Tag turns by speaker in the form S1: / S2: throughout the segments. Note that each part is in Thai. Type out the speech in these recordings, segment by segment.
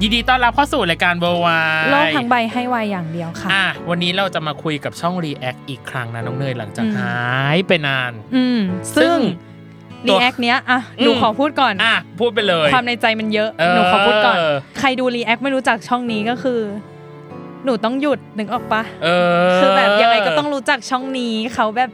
S1: ยินดีต้อนรับเข้าสู่รายการ w o r l d w i d e
S2: โลกทั้งใบให้วายอย่างเดียวค่ะ
S1: อ่ะ วันนี้เราจะมาคุยกับช่อง React อีกครั้งนะน้องเนยหลังจาก
S2: อืม
S1: หายไปนาน
S2: อืม ซึ่ง
S1: ตั
S2: รี
S1: ว
S2: แอคเนี้ยอ่ะ
S1: อืม
S2: หนูขอพูดก่อน
S1: อ่ะ พูดไปเลย
S2: ความในใจมันเยอะ
S1: เออ
S2: หนูขอพูดก่อน ใครดูรีแอคไม่รู้จักช่องนี้ก็คือ หนูต้องหยุดนึกออกปะ
S1: เออ
S2: คือแบบยังไงก็ต้องรู้จักช่องนี้ เขาแบบ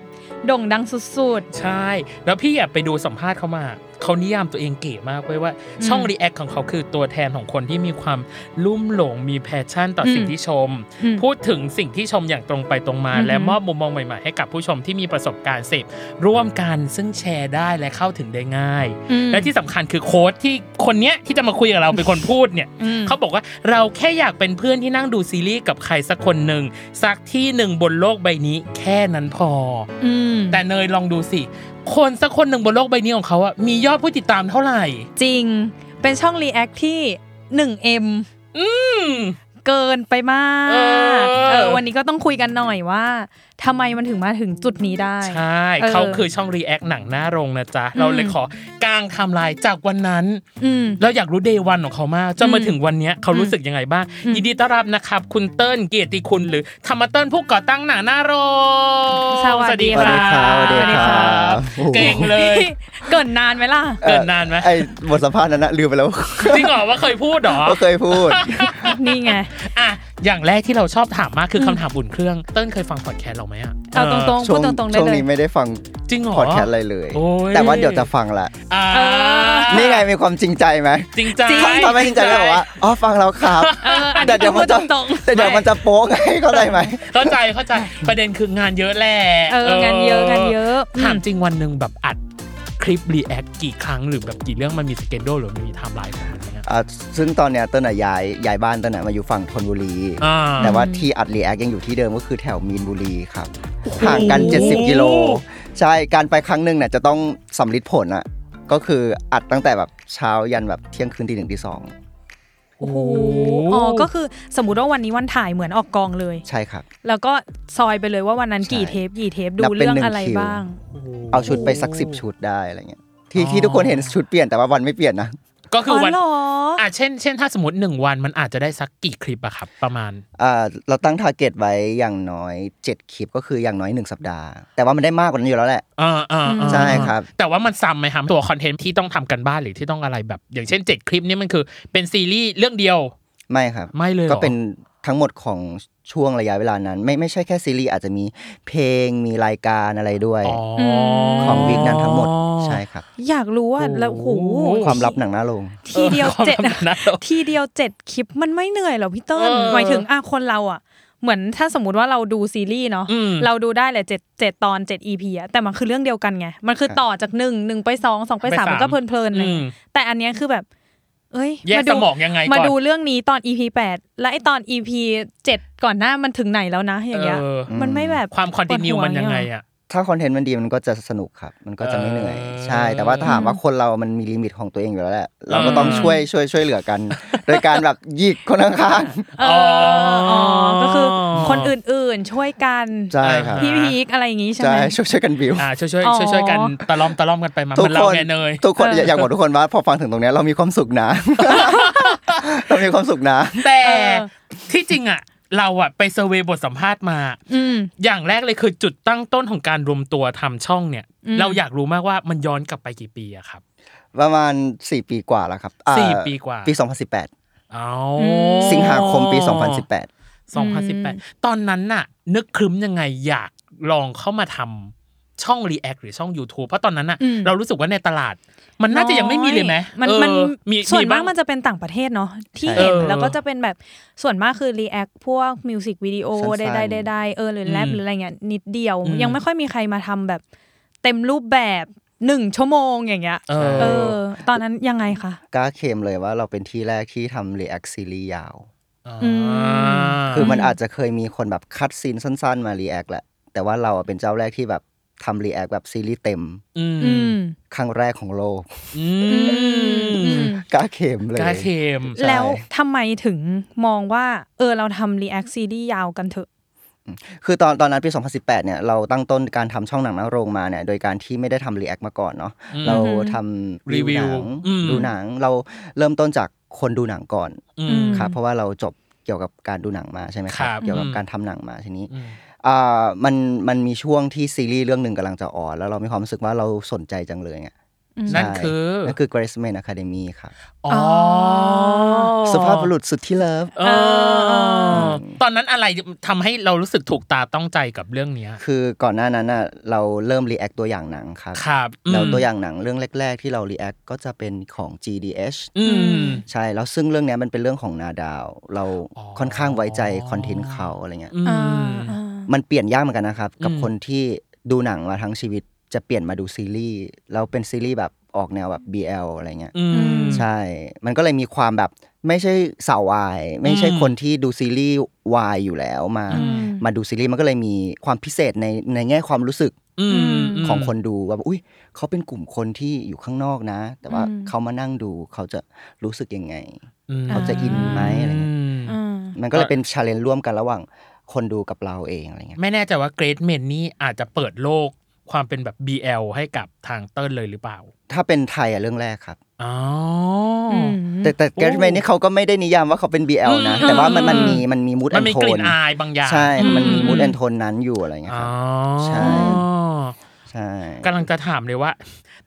S2: โด่งดังสุด
S1: ใช่ แล้วพี่อยากไปดูสัมภาษณ์เขามา เขานิยามตัวเองเก๋มากเว้ยว่า
S2: อืม
S1: ช่อง React ของเขาคือตัวแทนของคนที่มีความลุ่มหลงมีแพชชั่นต่ออ
S2: ม
S1: สิ่งที่ชม
S2: อืม
S1: พูดถึงสิ่งที่ชมอย่างตรงไปตรงมา
S2: อือหือ
S1: และมอบมุมมองใหม่ๆให้กับผู้ชมที่มีประสบการณ์เสพร่วมกันซึ่งแชร์ได้และเข้าถึงได้ง่าย
S2: ๆอืม
S1: และที่สำคัญคือโค้ดที่คนเนี้ยที่จะมาคุยกับเราเป็นคนพูดเนี่ย
S2: อืม
S1: เขาบอกว่าเราแค่อยากเป็นเพื่อนที่นั่งดูซีรีส์กับใครสักคนหนึ่งสักที่หนึ่งบนโลกใบนี้ แค่นั้นพอ
S2: อืม
S1: อแต่เนยลองดูสิ คนสักคนหนึ่งบนโลกใบนี้ของเขาอะมียอดผู้ติดตามเท่าไหร่
S2: จริง เป็นช่องรีแอคที่1 m
S1: อืม
S2: เกินไปมาก
S1: เออ
S2: เออวันนี้ก็ต้องคุยกันหน่อยว่าทำไมมันถึงมาถึงจุดนี้ได้
S1: ใช่
S2: เออ
S1: เขาคือช่อง React หนังหน้าโรงนะจ๊ะ เราเลย
S2: อืม
S1: ขอกางไทำลายจากวันนั้น
S2: อืม
S1: เราอยากรู้เดย์วันของเขามากจนมา
S2: อืม
S1: ถึงวันเนี้ยเขารู้สึกยังไงบ้าง
S2: อืม
S1: ยินดีต้อนรับนะครับ คุณเติ้ลเกียรติคุณหรือธรรมเติ้ลผู้ก่อตั้งหนาหน้าโรง
S3: สวัสดีครับสวัสดีครับ
S1: สวัสดีครับ เก่งเลย
S2: เกินนานไหมล่ะ
S1: เกินนานไหม
S3: ไอบทสัมภาษณ์นั้นนะลืมไปแล้ว
S1: จริงเหรอว่าเคยพูดเหรอ
S3: ก็เคยพูด
S2: นี่ไง
S1: อ่ะอย่างแรกที่เราชอบถามมากคือคำถามบุญเครื่อง เติ้ลเคยฟังพอดแคสต์เราไหมอ่ะ
S2: เอาตรงๆ
S3: ช่
S2: พู
S3: ว
S2: ด
S3: ง
S2: ตรงๆได้
S3: ช่วง
S2: เลย
S3: นี้ไม่ได้ฟัง
S1: จริงเหรอ
S3: พอดแคสต์อะไรเลย
S1: โอ้ย
S3: แต่ว่าเดี๋ยวจะฟังละ
S1: อ่า
S2: เออ
S3: นี่ไงมีความจริงใจไหม
S1: จริงใจ
S2: จริง
S3: ถ้าไม่จริงใจก็บอกว่าอ๋อฟังแล้วครับ
S2: เอออัน
S3: แต่
S2: นี้
S3: เดี๋ยว
S2: พู
S3: มั
S2: ด
S3: นจะ
S2: ตรงๆ
S3: แต่เดี๋ยวมันจะโป๊ก ไงเข้าใจไหม
S1: เข้าใจเข้า ใจประเด็นคืองานเยอะแหละ
S2: เอองานเยอะงานเยอะ
S1: ถาม
S2: อืม
S1: จริงวันหนึ่งแบบอัดคลิปรีแอคกี่ครั้งหรือแบบกี่เรื่องมันมีสเกจโดหรือมันมีไทม์ไลน์ของมันไหมอะ
S3: อ่ะซึ่งตอนเนี้ยเต้นอะย้ายย้ายบ้านเต้นอะมาอยู่ฝั่งธนบุรี
S1: อ่า
S3: แต่ว่าที่อัดรีแอคยังอยู่ที่เดิมก็คือแถวมีนบุรีครับห่างกัน 70 กิโล ใช่การไปครั้งหนึ่งเนี่ยจะต้องสำลิดผลอะก็คืออัดตั้งแต่แบบเช้ายันแบบเที่ยงคืนตีหนึ่งตีสอง
S2: โอ้โหอ๋อก็คือสมมติว่าวันนี้วันถ่ายเหมือนออกกองเลย
S3: ใช่ครับ
S2: แล้วก็ซอยไปเลยว่าวันนั้นกี่
S3: ใช่
S2: เทปกี่เทปดู
S3: นับเป็น
S2: เรื่อง
S3: หนึ่ง
S2: อะไร
S3: คิว
S2: บ้าง
S3: เอาชุดไปสักสิบชุดได้อะไรเงี้ยที่
S1: อ๋อ
S3: ที่ทุกคนเห็นชุดเปลี่ยนแต่ว่าวันไม่เปลี่ยนนะ
S1: ก็คือ
S2: อ
S1: วัน
S2: เหรออ่
S1: อ่ะเช่น เช่นถ้าสมมติหนึ่งวันมันอาจจะได้สักกี่คลิปอะครับ ประมาณ
S3: อ่าเราตั้งทาร์เก็ตไว้อย่างน้อย 7 คลิปก็คืออย่างน้อย 1 สัปดาห์ แต่ว่ามันได้มากกว่านั้นอยู่แล้วแหละ
S1: อ่าอ่าอ่า
S3: ใช่ครับ
S1: แต่ว่ามันซ้ำไหมครับตัวคอนเทนต์ที่ต้องทำกันบ้านหรือที่ต้องอะไรแบบ อย่างเช่น 7 คลิปนี่มันคือเป็นซีรีส์เรื่องเดียว
S3: ไม่ครับ
S1: ไม่เลยหรอ
S3: ก็เป็นทั้งหมดของช่วงระยะเวลานั้น ไม่ไม่ใช่แค่ซีรีส์อาจจะมีเพลงมีรายการอะไรด้วย
S1: อ๋ออ
S2: ม
S3: ของวีคนั้นทั้งหมดใช่ครับ
S2: อยากรู้ว่าแล้วโอ้โห
S3: ความลับหนังหน้าลง
S2: ทีเดียว
S1: ออ
S2: เจ็ด
S1: ความลับนะ
S2: ทีเดียวเจ็ดคลิปมันไม่เหนื่อยเหรอพี่เติ้ล
S1: เออ
S2: หมายถึงอ่ะคนเราอ่ะ เหมือนถ้าสมมติว่าเราดูซีรีส์เนาะ
S1: อืม
S2: เราดูได้แหละเจ็ดเจ็ดตอนเจ็ดอีพีอะแต่มันคือเรื่องเดียวกันไง มันคือ
S3: ครับ
S2: ต่อจากหนึ่งหนึ่งไปสองสองไปสามมันก็เพลินๆเลย
S1: อืม
S2: แต่อันเนี้ยคือแบบ เอ้ย
S1: แยก
S2: มาดู
S1: สมองยังไงก่อน
S2: มาดูเรื่องนี้ตอน EP 8 และไอตอน EP 7 ก่อนหน้ามันถึงไหนแล้วนะ อย่างเงี้ย
S1: เออ
S2: มันไม่แบบ
S1: ความคอนติเนีย
S2: ปวดหั
S1: มันยังไง
S2: เย
S1: อะ
S3: ถ้าคอนเทนต์มันดีมันก็จะสนุกครับ มันก็จะไม่เหนื่อย ใช่ แต่ว่าถามว่าคนเรามันมีลิมิตของตัวเองอยู่แล้วแหละ เราก็ต้องช่วยช่วยช่วยเหลือกัน โดยการแบบหยิกคนข้าง
S2: เอออ๋อก็คือคนอื่นๆช่วยกัน
S3: ๆใช่ครับ
S2: พี่พีคอะไรอย่างงี้ใช่
S3: ใช่
S2: ไหม
S3: ช่วยช่วยกันบิว
S1: อ่าช่วยช่วย
S2: อ๋อ
S1: ช่วยช่วยกันตะล่อมตะล่อมกันไปมา
S3: ทุ
S1: เห
S3: ก
S1: มันเรา
S3: คน
S1: แน่เนย
S3: ทุกคนอยากอยากบอกทุกคนว่าพอฟังถึงตรงเนี้ยเรามีความสุขนะ เรามีความสุขนะ
S1: แต่
S2: เออ
S1: ที่จริงอ่ะ เราอ่ะไปเซอร์เวยบทสัมภาษณ์มา
S2: อืม
S1: อย่างแรกเลยคือจุดตั้งต้นของการรวมตัวทำช่องเนี่ย
S2: อืม
S1: เราอยากรู้มากว่ามันย้อนกลับไปกี่ปีอะครับ
S3: ประมาณ 4 ปีกว่าแล้วครับอ่า
S1: สี่ปีกว่า
S3: ปี 2018
S1: เอา
S3: สิงหาคมปี
S1: สองพันสิบแปดตอนนั้นน่ะ นึกครึ้มยังไงอยากลองเข้ามาทำช่อง React หรือช่อง YouTube เพราะตอนนั้นน่ะ
S2: อืม
S1: เรารู้สึกว่าในตลาด มันน่าจะยังไม่มีเลยไหม
S2: มัน
S1: เออ
S2: มันส่วนมาก
S1: บ้ง
S2: มันจะเป็นต่างประเทศเนาะที่
S1: เอ
S2: เห็น
S1: อ
S2: แล้วก็จะเป็นแบบส่วนมากคือ react พวกมิวสิกวิดีโอ
S3: สั้นๆ
S2: ใดๆใดๆเออหรือแรป
S1: อืม
S2: หรืออะไรเงี้ยนิดเดียว
S1: อืม
S2: ยังไม่ค่อยมีใครมาทำแบบเต็มรูปแบบหนึ่งชั่วโมงอย่างเงี้ย
S1: เอ
S2: เอ
S1: อ
S2: อ ตอนนั้นยังไงคะ
S3: 18 กล้าเคลมเลยว่าเราเป็นที่แรกที่ทำ React ซีรีส์ยาว
S1: อ่า
S2: ม
S3: คือมันอาจจะเคยมีคนแบบคัดซีนสั้นๆ มา React แหละ แต่ว่าเราอะเป็นเจ้าแรกที่แบบทำ React แบบซีรีส์เต็ม
S1: อืม
S2: อืม
S3: ครั้งแรกของโลก
S1: อื
S2: อืม
S1: ม
S2: อืม
S3: กล้าเคลมเลย
S1: กล้าเค็ม
S3: ใช่
S2: แล้วทำไมถึงมองว่า เออเราทำ react ซีรีส์ยาวกันเถอะ
S3: คือตอนตอนนั้นปี 2018 เนี่ยเราตั้งต้นการทำช่องหนังหน้าโรงมาเนี่ยโดยการที่ไม่ได้ทำ React มาก่อนเนาะ
S1: อืม
S3: เราทำ
S1: รีวิว
S3: หนัง
S1: อืม
S3: ดูหนังเราเริ่มต้นจากคนดูหนังก่อน
S1: อืม
S3: ครับ
S2: อืม
S3: เพราะว่าเราจบเกี่ยวกับการดูหนังมาใช่ไหมครั
S1: ครับ
S3: เกี่ยวกับ
S1: อืม
S3: การทำหนังมาทีนี้
S1: อืม
S3: อ่ามันมันมีช่วงที่ซีรีส์เรื่องหนึ่งกำลังจะออนแล้วเรามีความรู้สึกว่าเราสนใจจังเลยอะ
S2: อืม
S1: นั่นคือ
S3: นั่นคือ Grace Man Academy ครับ
S1: อ๋อ
S3: สุภาพบุรุษสุดที่เลิฟ
S1: เออตอนนั้นอะไรทำให้เรารู้สึกถูกตาต้องใจกับเรื่องเนี้ย
S3: คือก่อนหน้านั้นน่ะเราเริ่ม React ตัวอย่างหนังครับ
S1: ครับม
S3: แล้วตัวอย่างหนังเรื่องแรก ๆ ที่เรา react ก็จะเป็นของ GDH
S1: อืม
S3: ใช่ แล้วซึ่งเรื่องเนี้ยมันเป็นเรื่องของนาดาว เรา
S1: อ๋อ
S3: ค่อนข้างไว้ใจคอนเทนต์เขาอะไรเงี้ย
S1: อื
S2: อ่าม อ่า
S3: มันเปลี่ยนยากเหมือนกันนะครับ กับ
S1: อืม
S3: คนที่ดูหนังมาทั้งชีวิตจะเปลี่ยนมาดูซีรีส์ แล้วเป็นซีรีส์แบบออกแนวแบบ BL อะไรเงี้ย
S1: อืม
S3: ใช่ มันก็เลยมีความแบบไม่ใช่สาววาย ไม่ใช่
S1: อืม
S3: คนที่ดูซีรีส์วายอยู่แล้วมา
S2: อืม
S3: มาดูซีรีส์มันก็เลยมีความพิเศษในในแง่ความรู้สึก
S1: อืม
S3: ของคนดูว่าอุ้ยเขาเป็นกลุ่มคนที่อยู่ข้างนอกนะ แต่ว่า
S2: อืม
S3: เขามานั่งดูเขาจะรู้สึกยังไง
S1: อืม
S3: เขาจะอินไหมอะไรเงี้ย
S1: อืม
S2: อ่า
S3: มันก็เลยเป็นชาเลนจ์ร่วมกันระหว่างคนดูกับเราเองอะไรเงี้ย
S1: ไม่แน่ใจว่าเกรดเมนนี่อาจจะเปิดโลกความเป็นแบบ BL ให้กับทางเติ้ลเลยหรือเปล่า
S3: ถ้าเป็นไทยอะเรื่องแรกครับ
S1: อ๋อ
S3: แต่แต่แกรทเมนนี่เขาก็ไม่ได้นิยามว่าเขาเป็น BL นะ แต่ว่ามันมันมีมันมีมูด
S1: มั
S3: แอน น
S1: มี
S3: โท
S1: กลิ่
S3: น
S1: นอายบางอย่าง
S3: ใช่มันมี
S1: อืม
S3: มูดแอนโทนนั้นอยู่อะไรเงี้ย
S1: อ๋
S3: ค
S1: อ
S3: รับ ใช่ ใช่
S1: กำลังจะถามเลยว่า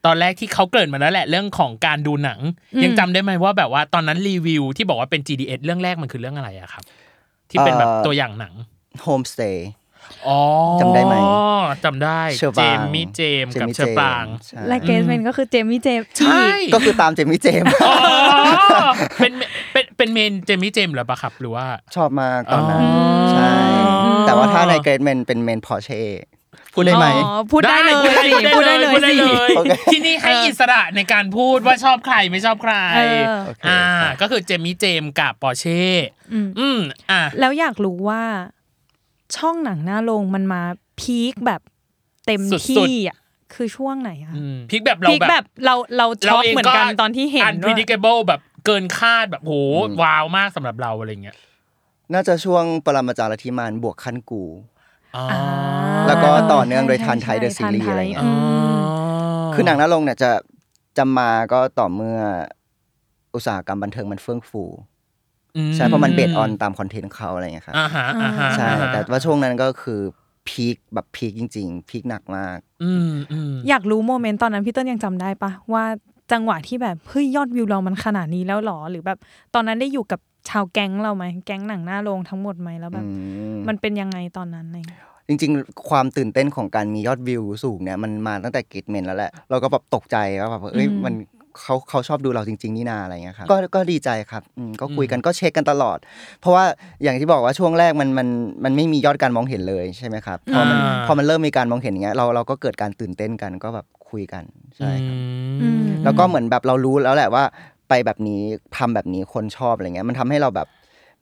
S1: ตอนแรกที่เขาเกริดมาแล้วแหละเรื่องของการดูหนัง
S2: อืม
S1: ยังจำได้ไหมว่าแบบว่าตอนนั้นรีวิวที่บอกว่าเป็น GDS เรื่องแรกมันคือเรื่องอะไรอะครับ ที่เป็นแบบตัวอย่างหนัง
S3: โฮมสเตย์
S1: อ๋อ
S3: จำได้ไหม
S1: จำได้
S3: เชอร์
S1: เจ
S3: ปราง
S1: มมี่เจมส์กับ
S3: Jamie
S1: เชอร์ปราง
S3: James ใช่
S2: และเกสเมนก็คือเจมี่เจมส์
S1: ใช่
S3: ก็คือตามเจมี่เจมส์
S1: อ๋อเป็นเป็นเป็นเมนเจมมี่เจมส์เหรอปะครับ หรือว่า
S3: ชอบมากตอนนั้น
S1: อ๋อ
S3: ใช่
S1: อืม
S3: แต่ว่าถ้าในเกรดเมนเป็นเมนพอเช่พูดได้ไหม
S2: อ๋อพูดได้เลยสิพูดได้เลย
S1: พูดได้
S2: สิ
S1: เลย
S3: โอเค
S1: ที่นี่ให้อิสระในการพูดว่าชอบใครไม่ชอบใคร
S2: เออ
S3: โอเค
S1: อ่า
S3: ครับ
S1: ก็คือเจมมี่เจมส์กับปอร์เช่
S2: อืม
S1: อืมอ่ะ
S2: แล้วอยากรู้ว่า ช่องหนังหน้าโรงมันมาพีคแบบเต็ม
S1: สุดๆ
S2: ที่อ่ะคือช่วงไหนอ่ะ
S1: พลิกแบบเรา
S2: พีค
S1: แบบ
S2: แบบเราเราช็อกเหมือนกันตอนที่เห็นด้วย
S1: unpredictable แบบเกินคาดแบบโหว้าวมากสำหรับเราอะไรเงี้ย
S3: น่าจะช่วงปรมาจารย์ธิมานบวกขั้นกู
S1: อ๋อ
S2: อ่า
S3: แล้วก็ต่อเนื่องโดย
S2: ใช่
S3: ทันไทย The
S2: ใช่
S3: Series อะไรเงี้ย
S1: อ๋อ
S3: คือหนังหน้าลงเนี่ยจะจะมาก็ต่อเมื่ออุตสาหกรรมบันเทิงมันเฟื่องฟู ใช่เพราะมันเบสออนตามคอนเทนต์เขาอะไรเงี้ยครับ
S1: อ่าฮะอ่าฮะ
S3: ใช่
S1: อ่ฮะ
S3: แต่ว่าช่วงนั้นก็คือพีคแบบพีคจริง ๆ พีคหนักมาก
S1: อืมอืม
S2: อยากรู้โมเมนต์ตอนนั้นพี่เต้นยังจำได้ปะว่าจังหวะที่แบบเฮ้ยยอดวิวเรามันขนาดนี้แล้วหรอ หรือแบบตอนนั้นได้อยู่กับชาวแก๊งเราไหมแก๊งหนังหน้าโรงทั้งหมดไหมแล้วแบบ
S3: อืม
S2: มันเป็นยังไงตอนนั้นอะไรอย่างเงี้ย
S3: จริงๆ ความตื่นเต้นของการมียอดวิวสูงเนี่ยมันมาตั้งแต่เกตเมนแล้วแหละ เราก็แบบตกใจว่าแบบเอ้ย
S2: อืม
S3: มันเขาเขาชอบดูเราจริง ๆ นี่นาอะไรเงี้ยครับก็ก็ดีใจครับอืมก็คุยกันก็เช็คกันตลอด เพราะว่าอย่างที่บอกว่าช่วงแรกมันมันมันไม่มียอดการมองเห็นเลยใช่ไหมครับพอมันพอมันเริ่มมีการมองเห็นอย่างเงี้ยเราเราก็เกิดการตื่นเต้นกันก็แบบคุยกันใช่ครับ
S1: อืม
S3: แล้วก็เหมือนแบบเรารู้แล้วแหละว่า ไปแบบนี้ทำแบบนี้คนชอบอะไรเงี้ยมันทำให้เราแบบ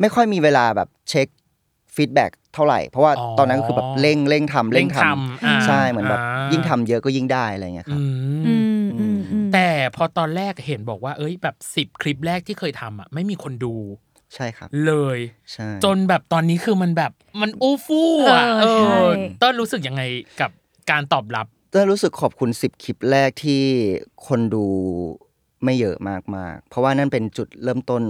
S3: ไม่ค่อยมีเวลาแบบเช็คฟีดแบ็กเท่าไหร่ เพราะว่า
S1: อ๋อ
S3: ตอนนั้นก็คือแบบเร่งเร่งทำ
S1: เร่
S3: เร่
S1: ง
S3: ง
S1: ท
S3: ทำ
S1: ำอ่า
S3: ใช่เหมือนแบบ
S1: อ่า
S3: ยิ่งทำเยอะก็ยิ่งได้อะไรเงี้ยครับ
S1: อืม
S2: อืมอืมอืม
S1: แต่พอตอนแรกเห็นบอกว่า เอ้ยแบบสิบ10 คลิปแรกที่เคยทำอ่ะไม่มีคนดู
S3: ใช่ครับ
S1: เลย
S3: ใช่
S1: จนแบบตอนนี้คือมันแบบมันอู้ฟู่อ่ะ
S2: เอ
S1: เอ
S2: อ
S1: อ
S2: ใช่
S1: เต้นรู้สึกยังไงกับการตอบรับ
S3: เต้ยรู้สึกขอบคุณ 10 คลิปแรกที่คนดูไม่เยอะมากมากๆเพราะว่านั่นเป็นจุดเริ่มต้น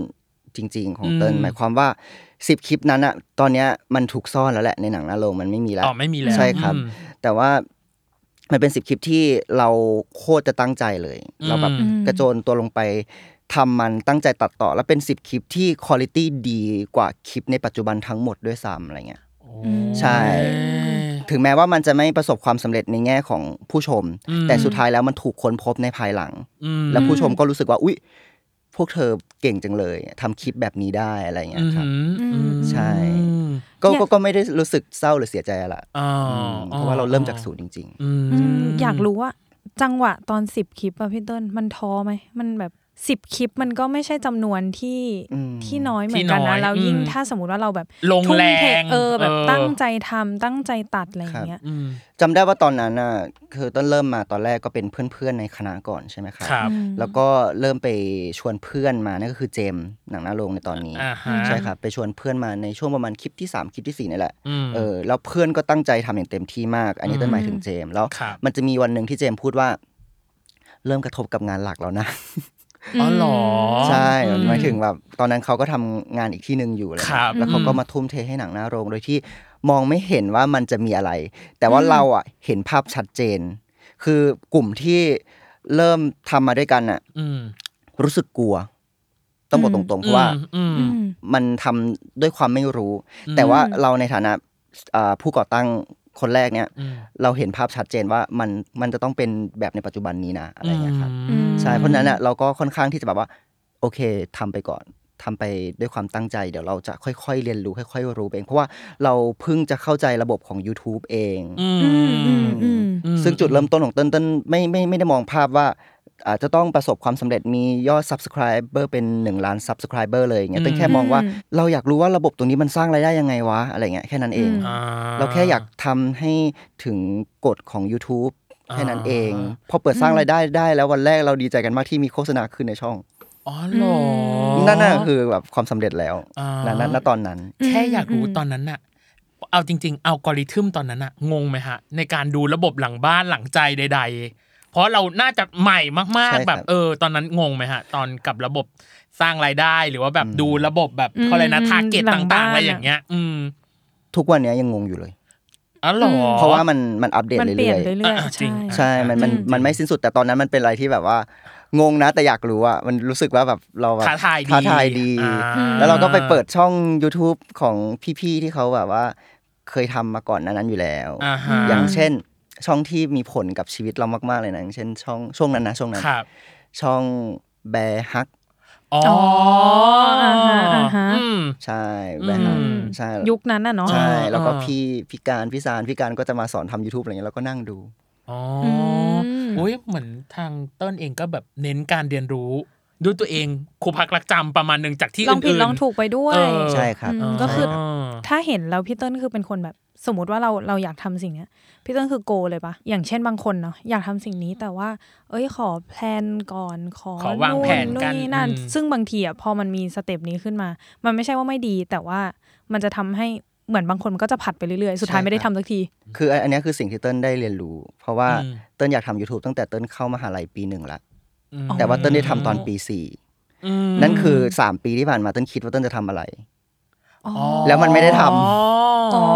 S3: จริง ๆ ของเติ้ล
S1: อืม
S3: หมายความว่า 10 คลิปนั้นอะตอนเนี้ยมันถูกซ่อนแล้วแหละในหนังหน้าโรงมันไม่มีแล้ว
S1: อ๋อไม่มีแล้ว
S3: ใช่ครับ
S1: อืม
S3: แต่ว่ามันเป็น 10 คลิปที่เราโคตรจะตั้งใจเลย
S1: อืม
S3: เราแบบ
S2: อืม
S3: กระโจนตัวลงไปทำมันตั้งใจตัดต่อ แล้วเป็น 10 คลิปที่คุณภาพดีกว่าคลิปในปัจจุบันทั้งหมดด้วยซ้ำอะไรเงี้ย
S1: โอ้
S3: ใช่ ถึงแม้ว่ามันจะไม่ประสบความสำเร็จในแง่ของผู้ชม
S1: อืม
S3: แต่สุดท้ายแล้วมันถูกค้นพบในภายหลัง
S1: อืม
S3: แล้วผู้ชมก็รู้สึกว่า อุ๊ย พวกเธอเก่งจังเลยทำคลิปแบบนี้ได้อะไรเงี้ยครับ
S1: อืม
S2: อืม
S3: ใช่
S1: อืม
S3: ก็
S2: อยาก
S3: ก็ก็ไม่ได้รู้สึกเศร้าหรือเสียใจอะไร
S1: อ๋อ
S3: อืม
S1: อ๋อ
S3: เพราะว่าเราเริ่มจากศูนย์จริง
S1: อืม
S2: อืมอยากรู้ว่า จังหวะตอนสิบคลิปอะพี่เติ้ลมันท้อไหมมันแบบสิบคลิปมันก็ไม่ใช่จำนวนที่
S3: อืม
S2: ที่น้อยเหมือนกัน
S1: ที่น้อ
S2: นะ
S1: ย
S2: แล้วยิ่ง
S1: อืม
S2: ถ้าสมมติว่าเราแบบ
S1: ลง
S2: ทุ่ม
S1: แร
S2: เท
S1: ง
S2: เออแบบตั้ง
S1: เออ
S2: ใจทำตั้งใจตัดอะไรอย่างเงี้ย
S1: อืม
S3: ๆจำได้ว่าตอนนั้นน่ะคือต้นเริ่มมาตอนแรกก็เป็นเพื่อนๆในคณะก่อนใช่ไหมครับ
S1: ครับ
S3: แล้วก็เริ่มไปชวนเพื่อนมานั่นก็คือเจมส์หนังหน้าโรงในตอนนี้
S1: อ่าฮะ
S3: ใช่ครับ ไปชวนเพื่อนมาในช่วงประมาณคลิปที่ 3 คลิปที่ 4 นี่แหละ
S1: อืม
S3: เออแล้วเพื่อนก็ตั้งใจทำอย่างเต็มที่มาก อันนี้ต้นหมายถึงเจมส์แล้ว
S1: ครับ
S3: มันจะมีวันหนึ่งที่เจมส์พูดว่า เริ่มกระทบกับงานหลักแล้วนะ
S1: อ๋อเหรอ
S3: ใช่
S1: อืม
S3: หมายถึงแบบตอนนั้นเขาก็ทำงานอีกที่หนึ่งอยู่เลยนะครับ แล้วเขาก็
S1: อืม
S3: มาทุ่มเทให้หนังหน้าโรง โดยที่มองไม่เห็นว่ามันจะมีอะไร แต่ว่าเราอ่ะเห็นภาพชัดเจน คือกลุ่มที่เริ่มทำมาด้วยกันอ่ะ
S1: อืม
S3: รู้สึกกลัว ต้องบอกตรงๆเพราะว่า
S1: อืม
S2: อืม
S3: มันทำด้วยความไม่รู้
S1: อืม
S3: แต่ว่าเราในฐานะเอ่อผู้ก่อตั้งคนแรกเนี่ย
S1: อืม
S3: เราเห็นภาพชัดเจนว่ามันมันจะต้องเป็นแบบในปัจจุบันนี้นะอะไรเงี้ยครับ
S1: อืม
S3: ใช่เพราะฉะนั้นน่ะเราก็ค่อนข้างที่จะแบบว่า โอเคทำไปก่อนทำไปด้วยความตั้งใจ เดี๋ยวเราจะค่อยๆ เรียนรู้ค่อยๆรู้ไปเอง เพราะว่าเราเพิ่งจะเข้าใจระบบของ YouTube เอง
S1: อืม
S2: อืมอืมอืม
S3: ซึ่งจุดเริ่มต้นของเต้นเต้นไม่ไม่ไม่ได้มองภาพว่าอาจจะต้องประสบความสำเร็จมียอด subscriber เป็น 1 ล้าน subscriber เลยอย่างเงี้ยเต้นแค่มองว่า
S2: อืม
S3: เราอยากรู้ว่าระบบตรงนี้มันสร้างรายได้ยังไงวะอะไรเงี้ยแค่นั้นเอง
S1: อ่
S3: เราแค่อยากทำให้ถึงกฎของ YouTube แค่นั้นเอง พอเปิดสร้างรายได้ได้แล้ววันแรกเราดีใจกันมากที่มีโฆษณาขึ้นในช่อง
S1: อ๋อเหรอ
S3: นั่นน่ะคือแบบความสำเร็จแล้ว
S1: า
S3: ณณณตอนนั้น
S1: แค่อยากรู้ตอนนั้นน่ะ เอาจริง ๆ เอากริทึมตอนนั้นน่ะ งงไหมฮะ ในการดูระบบหลังบ้านหลังใจใด ๆ เพราะเราน่าจะใหม่มาก
S3: ใช่ครับ
S1: ๆ แบบ เออ ตอนนั้นงงไหมฮะ ตอนกับระบบสร้างรายได้หรือว่าแบบดูระบบแบบเขาเลยกนะ
S2: อืม
S1: ทาร์เก็ต
S2: หลั
S1: ตา
S2: ง่
S1: งๆ
S2: บ้าน
S1: อะไรอย่างเงี้ย อืม
S3: ทุกวันเนี้ยยังงงอยู่เลย
S1: อ๋อเหรอ
S3: เพราะว่ามันมันอัปเดต
S2: มัน
S3: เรื่
S2: เปลี่ยน
S3: อยๆ
S2: เรื่อย
S1: อ่ะ
S2: ๆ
S1: จริ
S2: ใช่
S1: ง
S3: ใช่ มัน มัน
S2: อืม
S3: มันไม่สิ้นสุด แต่ตอนนั้นมันเป็นอะไรที่แบบว่า งงนะ แต่อยากรู้อะมันรู้สึกว่าแบบเราแบบ
S1: ท้าทายดี
S3: ท้าทายดี
S1: อ่า
S3: แล้วเราก็ไปเปิดช่อง YouTube ของพี่ๆ ที่เขาแบบว่า เคยทำมาก่อนหนานั้นอยู่แล้ว
S1: อ่าฮะ
S3: อย่างเช่น ช่องที่มีผลกับชีวิตเรามากๆ เลยนะ อย่างเช่น ช่อง ช่วงนั้นนะ ช่วงนั้น
S1: ครับ
S3: ช่องแบร์ฮัก
S1: อ๋อ
S2: อ่าฮะอ่าฮะ
S1: อืม
S3: ใช่แบร์ฮัก
S1: อืม
S3: ใช่
S2: ยุคนั้นน่ะเนาะ
S3: ใช่ แล้วก็
S1: อ่า
S3: พี่พี่การพี่ซานพี่การก็จะมาสอนทำ YouTube อะไรเงี้ย แล้วก็นั่งดู
S1: อ๋อ
S2: อืม
S1: อุ้ยเหมือนทางเต้นเองก็แบบเน้นการเรียนรู้ ด้วยตัวเองครูพักรักจำประมาณหนึ่งจากที่
S2: ลองผิด
S1: อื่นๆ
S2: ลองถูกไปด้วย
S1: เออ
S3: ใช่ครับ
S2: อืมก็คือ ถ้าเห็นแล้วพี่เติ้ลคือเป็นคนแบบสมมติว่าเราเราอยากทำสิ่งเนี้ยพี่เติ้ลคือโกเลยปะอย่างเช่นบางคนเนาะอยากทำสิ่งนี้แต่ว่า เอ้ยขอแพลนก่อนขอ
S1: ขอวางแผนกัน
S2: นี่นั่น
S1: อืม
S2: ซึ่งบางทีอ่ะพอมันมีสเต็ปนี้ขึ้นมา มันไม่ใช่ว่าไม่ดี แต่ว่ามันจะทำให้เหมือนบางคนมันก็จะผัดไปเรื่อยๆสุดท้ายไม่ได้ทำสักที
S3: คืออันอันเนี้ยคือสิ่งที่เติ้ลได้เรียนรู้ เพราะว่า
S1: อืม
S3: เติ้ลอยากทำ YouTube ตั้งแต่เติ้ลเข้ามหาลัยปีหนึ่งละ
S1: ม
S3: แต่ว่าเติ้ลได้ทำตอนปีสี่
S1: อืม
S3: นั่นคือ 3 ปีที่ผ่านมาเติ้ลคิดว่าเติ้ลจะทำอะไร
S1: อ๋อ
S3: แล้วมันไม่ได้ทำ
S1: อ๋อ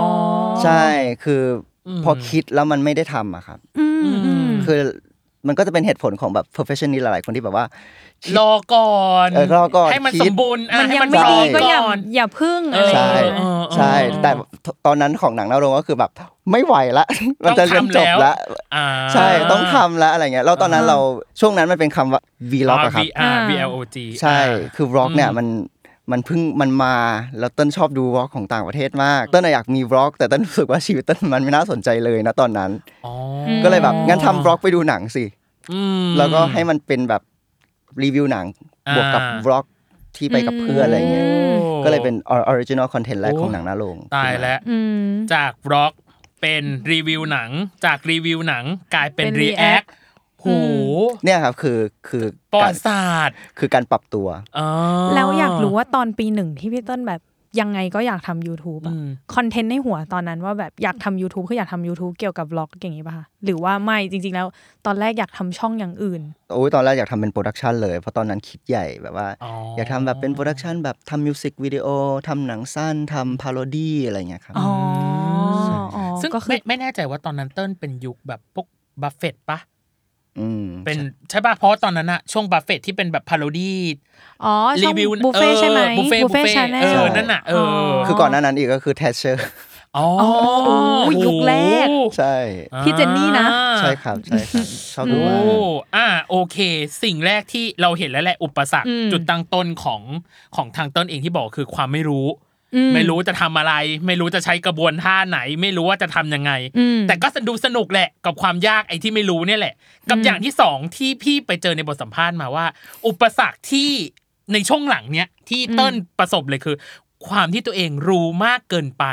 S3: ใช่คืออ
S1: ม
S3: พอคิดแล้วมันไม่ได้ทำอะครับ
S2: อืมอืม
S3: คือมันก็จะเป็นเหตุผลของแบบ professional หลายๆคนที่แบบว่า
S1: รอก่อน
S3: เออรอก่อน
S1: ให้มัน
S3: คิด
S1: สมบูรณ์อ่ะ
S2: มัน
S1: ให้
S2: ยัง
S1: มัน
S2: ไม่
S1: พร้
S2: ดี
S1: อม
S2: ก็อย่า
S1: ก่อน
S2: อย่าพึ่ง
S1: เอ
S2: อะ
S1: อ
S2: ไรอ
S3: ใช่
S2: ย่างเงี้ย
S1: เออ
S3: ใช่ แต่ตอนนั้นของหนังหนาโรงก็คือแบบไม่ไหวละ มันจะเรียนจบละ
S1: อ่า
S3: ใช่ต้องทำละอะไรเงี้ยแล้วตอนนั้นเราช่วงนั้นมันเป็นคำว่า vlog อะครับ
S1: อ่า VLOG
S3: ใช่ คือร็อกเนี่ย
S1: อืม
S3: มันมันเพิ่งมันมาแล้วเต้นชอบดูร็อกของต่างประเทศมาก เต้นอะอยากมีร็อก แต่เต้นรู้สึกว่าชีวิตเต้นมันไม่น่าสนใจเลยนะตอนนั้น
S1: อ๋อ
S3: ก็เลยแบบงั้นทำร็อกไปดูหนังสิ
S1: อืม
S3: แล้วก็ให้มันเป็นแบบรีวิวหนัง
S1: อ่า
S3: บวกกับร็อกที่ไปกับเพื่อนอะไรเงี้ย
S1: โอ้
S3: ก็เลยเป็นออริจินอลคอนเทนต์แรกของหนังหน้าโรง
S1: ตายแล้ว
S2: อืม
S1: จากร็อก เป็นรีวิวหนัง จากรีวิวหนังกลายเป็น
S2: เป็น
S1: รีแอค
S2: react
S1: โห
S3: เนี่ยครับคือคือ
S1: ประวั
S3: การ
S1: ติศาสตร์
S3: คือการปรับตัว
S1: อ๋อ
S2: แล้วอยากรู้ว่าตอนปีหนึ่งที่พี่เต้นแบบยังไงก็อยากทำ YouTube อะ
S1: อืม
S2: คอนเทนต์ในหัวตอนนั้นว่าแบบอยากทำ YouTube คืออยากทำ YouTube เกี่ยวกับบล็อกอย่างนี้ป่ะคะหรือว่าไม่จริง ๆ แล้วตอนแรกอยากทำช่องอย่างอื่น
S3: โอ้ยตอนแรกอยากทำเป็นโปรดักชันเลยเพราะตอนนั้นคิดใหญ่แบบว่า
S1: อ๋อ
S3: อยากทำแบบเป็นโปรดักชันแบบทำมิวสิกวิดีโอทำหนังสั้นทำพาโรดี้อะไรอย่างเงี้ยครับ
S2: อ๋ออ๋อ
S1: ซึ่ง
S2: ก็คื
S1: ไม่
S2: อ
S1: ไม่แน่ใจว่าตอนนั้นเติ้ลเป็นยุคแบบพวกบัฟเฟตปะ
S3: อืม
S1: เป็นใช่ป่ะเพราะว่าตอนนั้นอะช่วงบัฟเฟตที่เป็นแบบพาโรดี้
S2: อ๋อช่
S1: รี
S2: อง
S1: วิว
S2: บุฟเฟ่ต์ใช่ไหม
S1: บุฟเฟ่ต์บุฟเฟ่ต์
S2: ชาแนล
S1: เออนั่นน่ะเอออ
S3: คือก่อนหน้านั้นอีกก็คือแทชเชอร์
S1: อ๋อ
S2: โอ้ยยุคแรก
S3: ใช่
S1: อ่า
S2: พี่เจนนี่นะ
S3: ใช่ครับใช่ครับชอบ
S1: โอ้
S3: ดูมาก
S1: อ่าโอเค สิ่งแรกที่เราเห็นแล้วแหละอุปสรรค
S2: อืม
S1: จุดตั้งต้นของของทางเต้นเองที่บอกคือความไม่รู้
S2: อื
S1: ไม่รู้จะทำอะไร ไม่รู้จะใช้กระบวนท่าไหน ไม่รู้ว่าจะทำยังไง
S2: อืม
S1: แต่ก็ดูสนุกแหละกับความยากไอ้ที่ไม่รู้เนี่ยแหละ กับ
S2: อืม
S1: อย่างที่สองที่พี่ไปเจอในบทสัมภาษณ์มาว่า อุปสรรคที่ในช่วงหลังเนี้ยที่เติ้ลประสบเลยคือ ความที่ตัวเองรู้มากเกินไป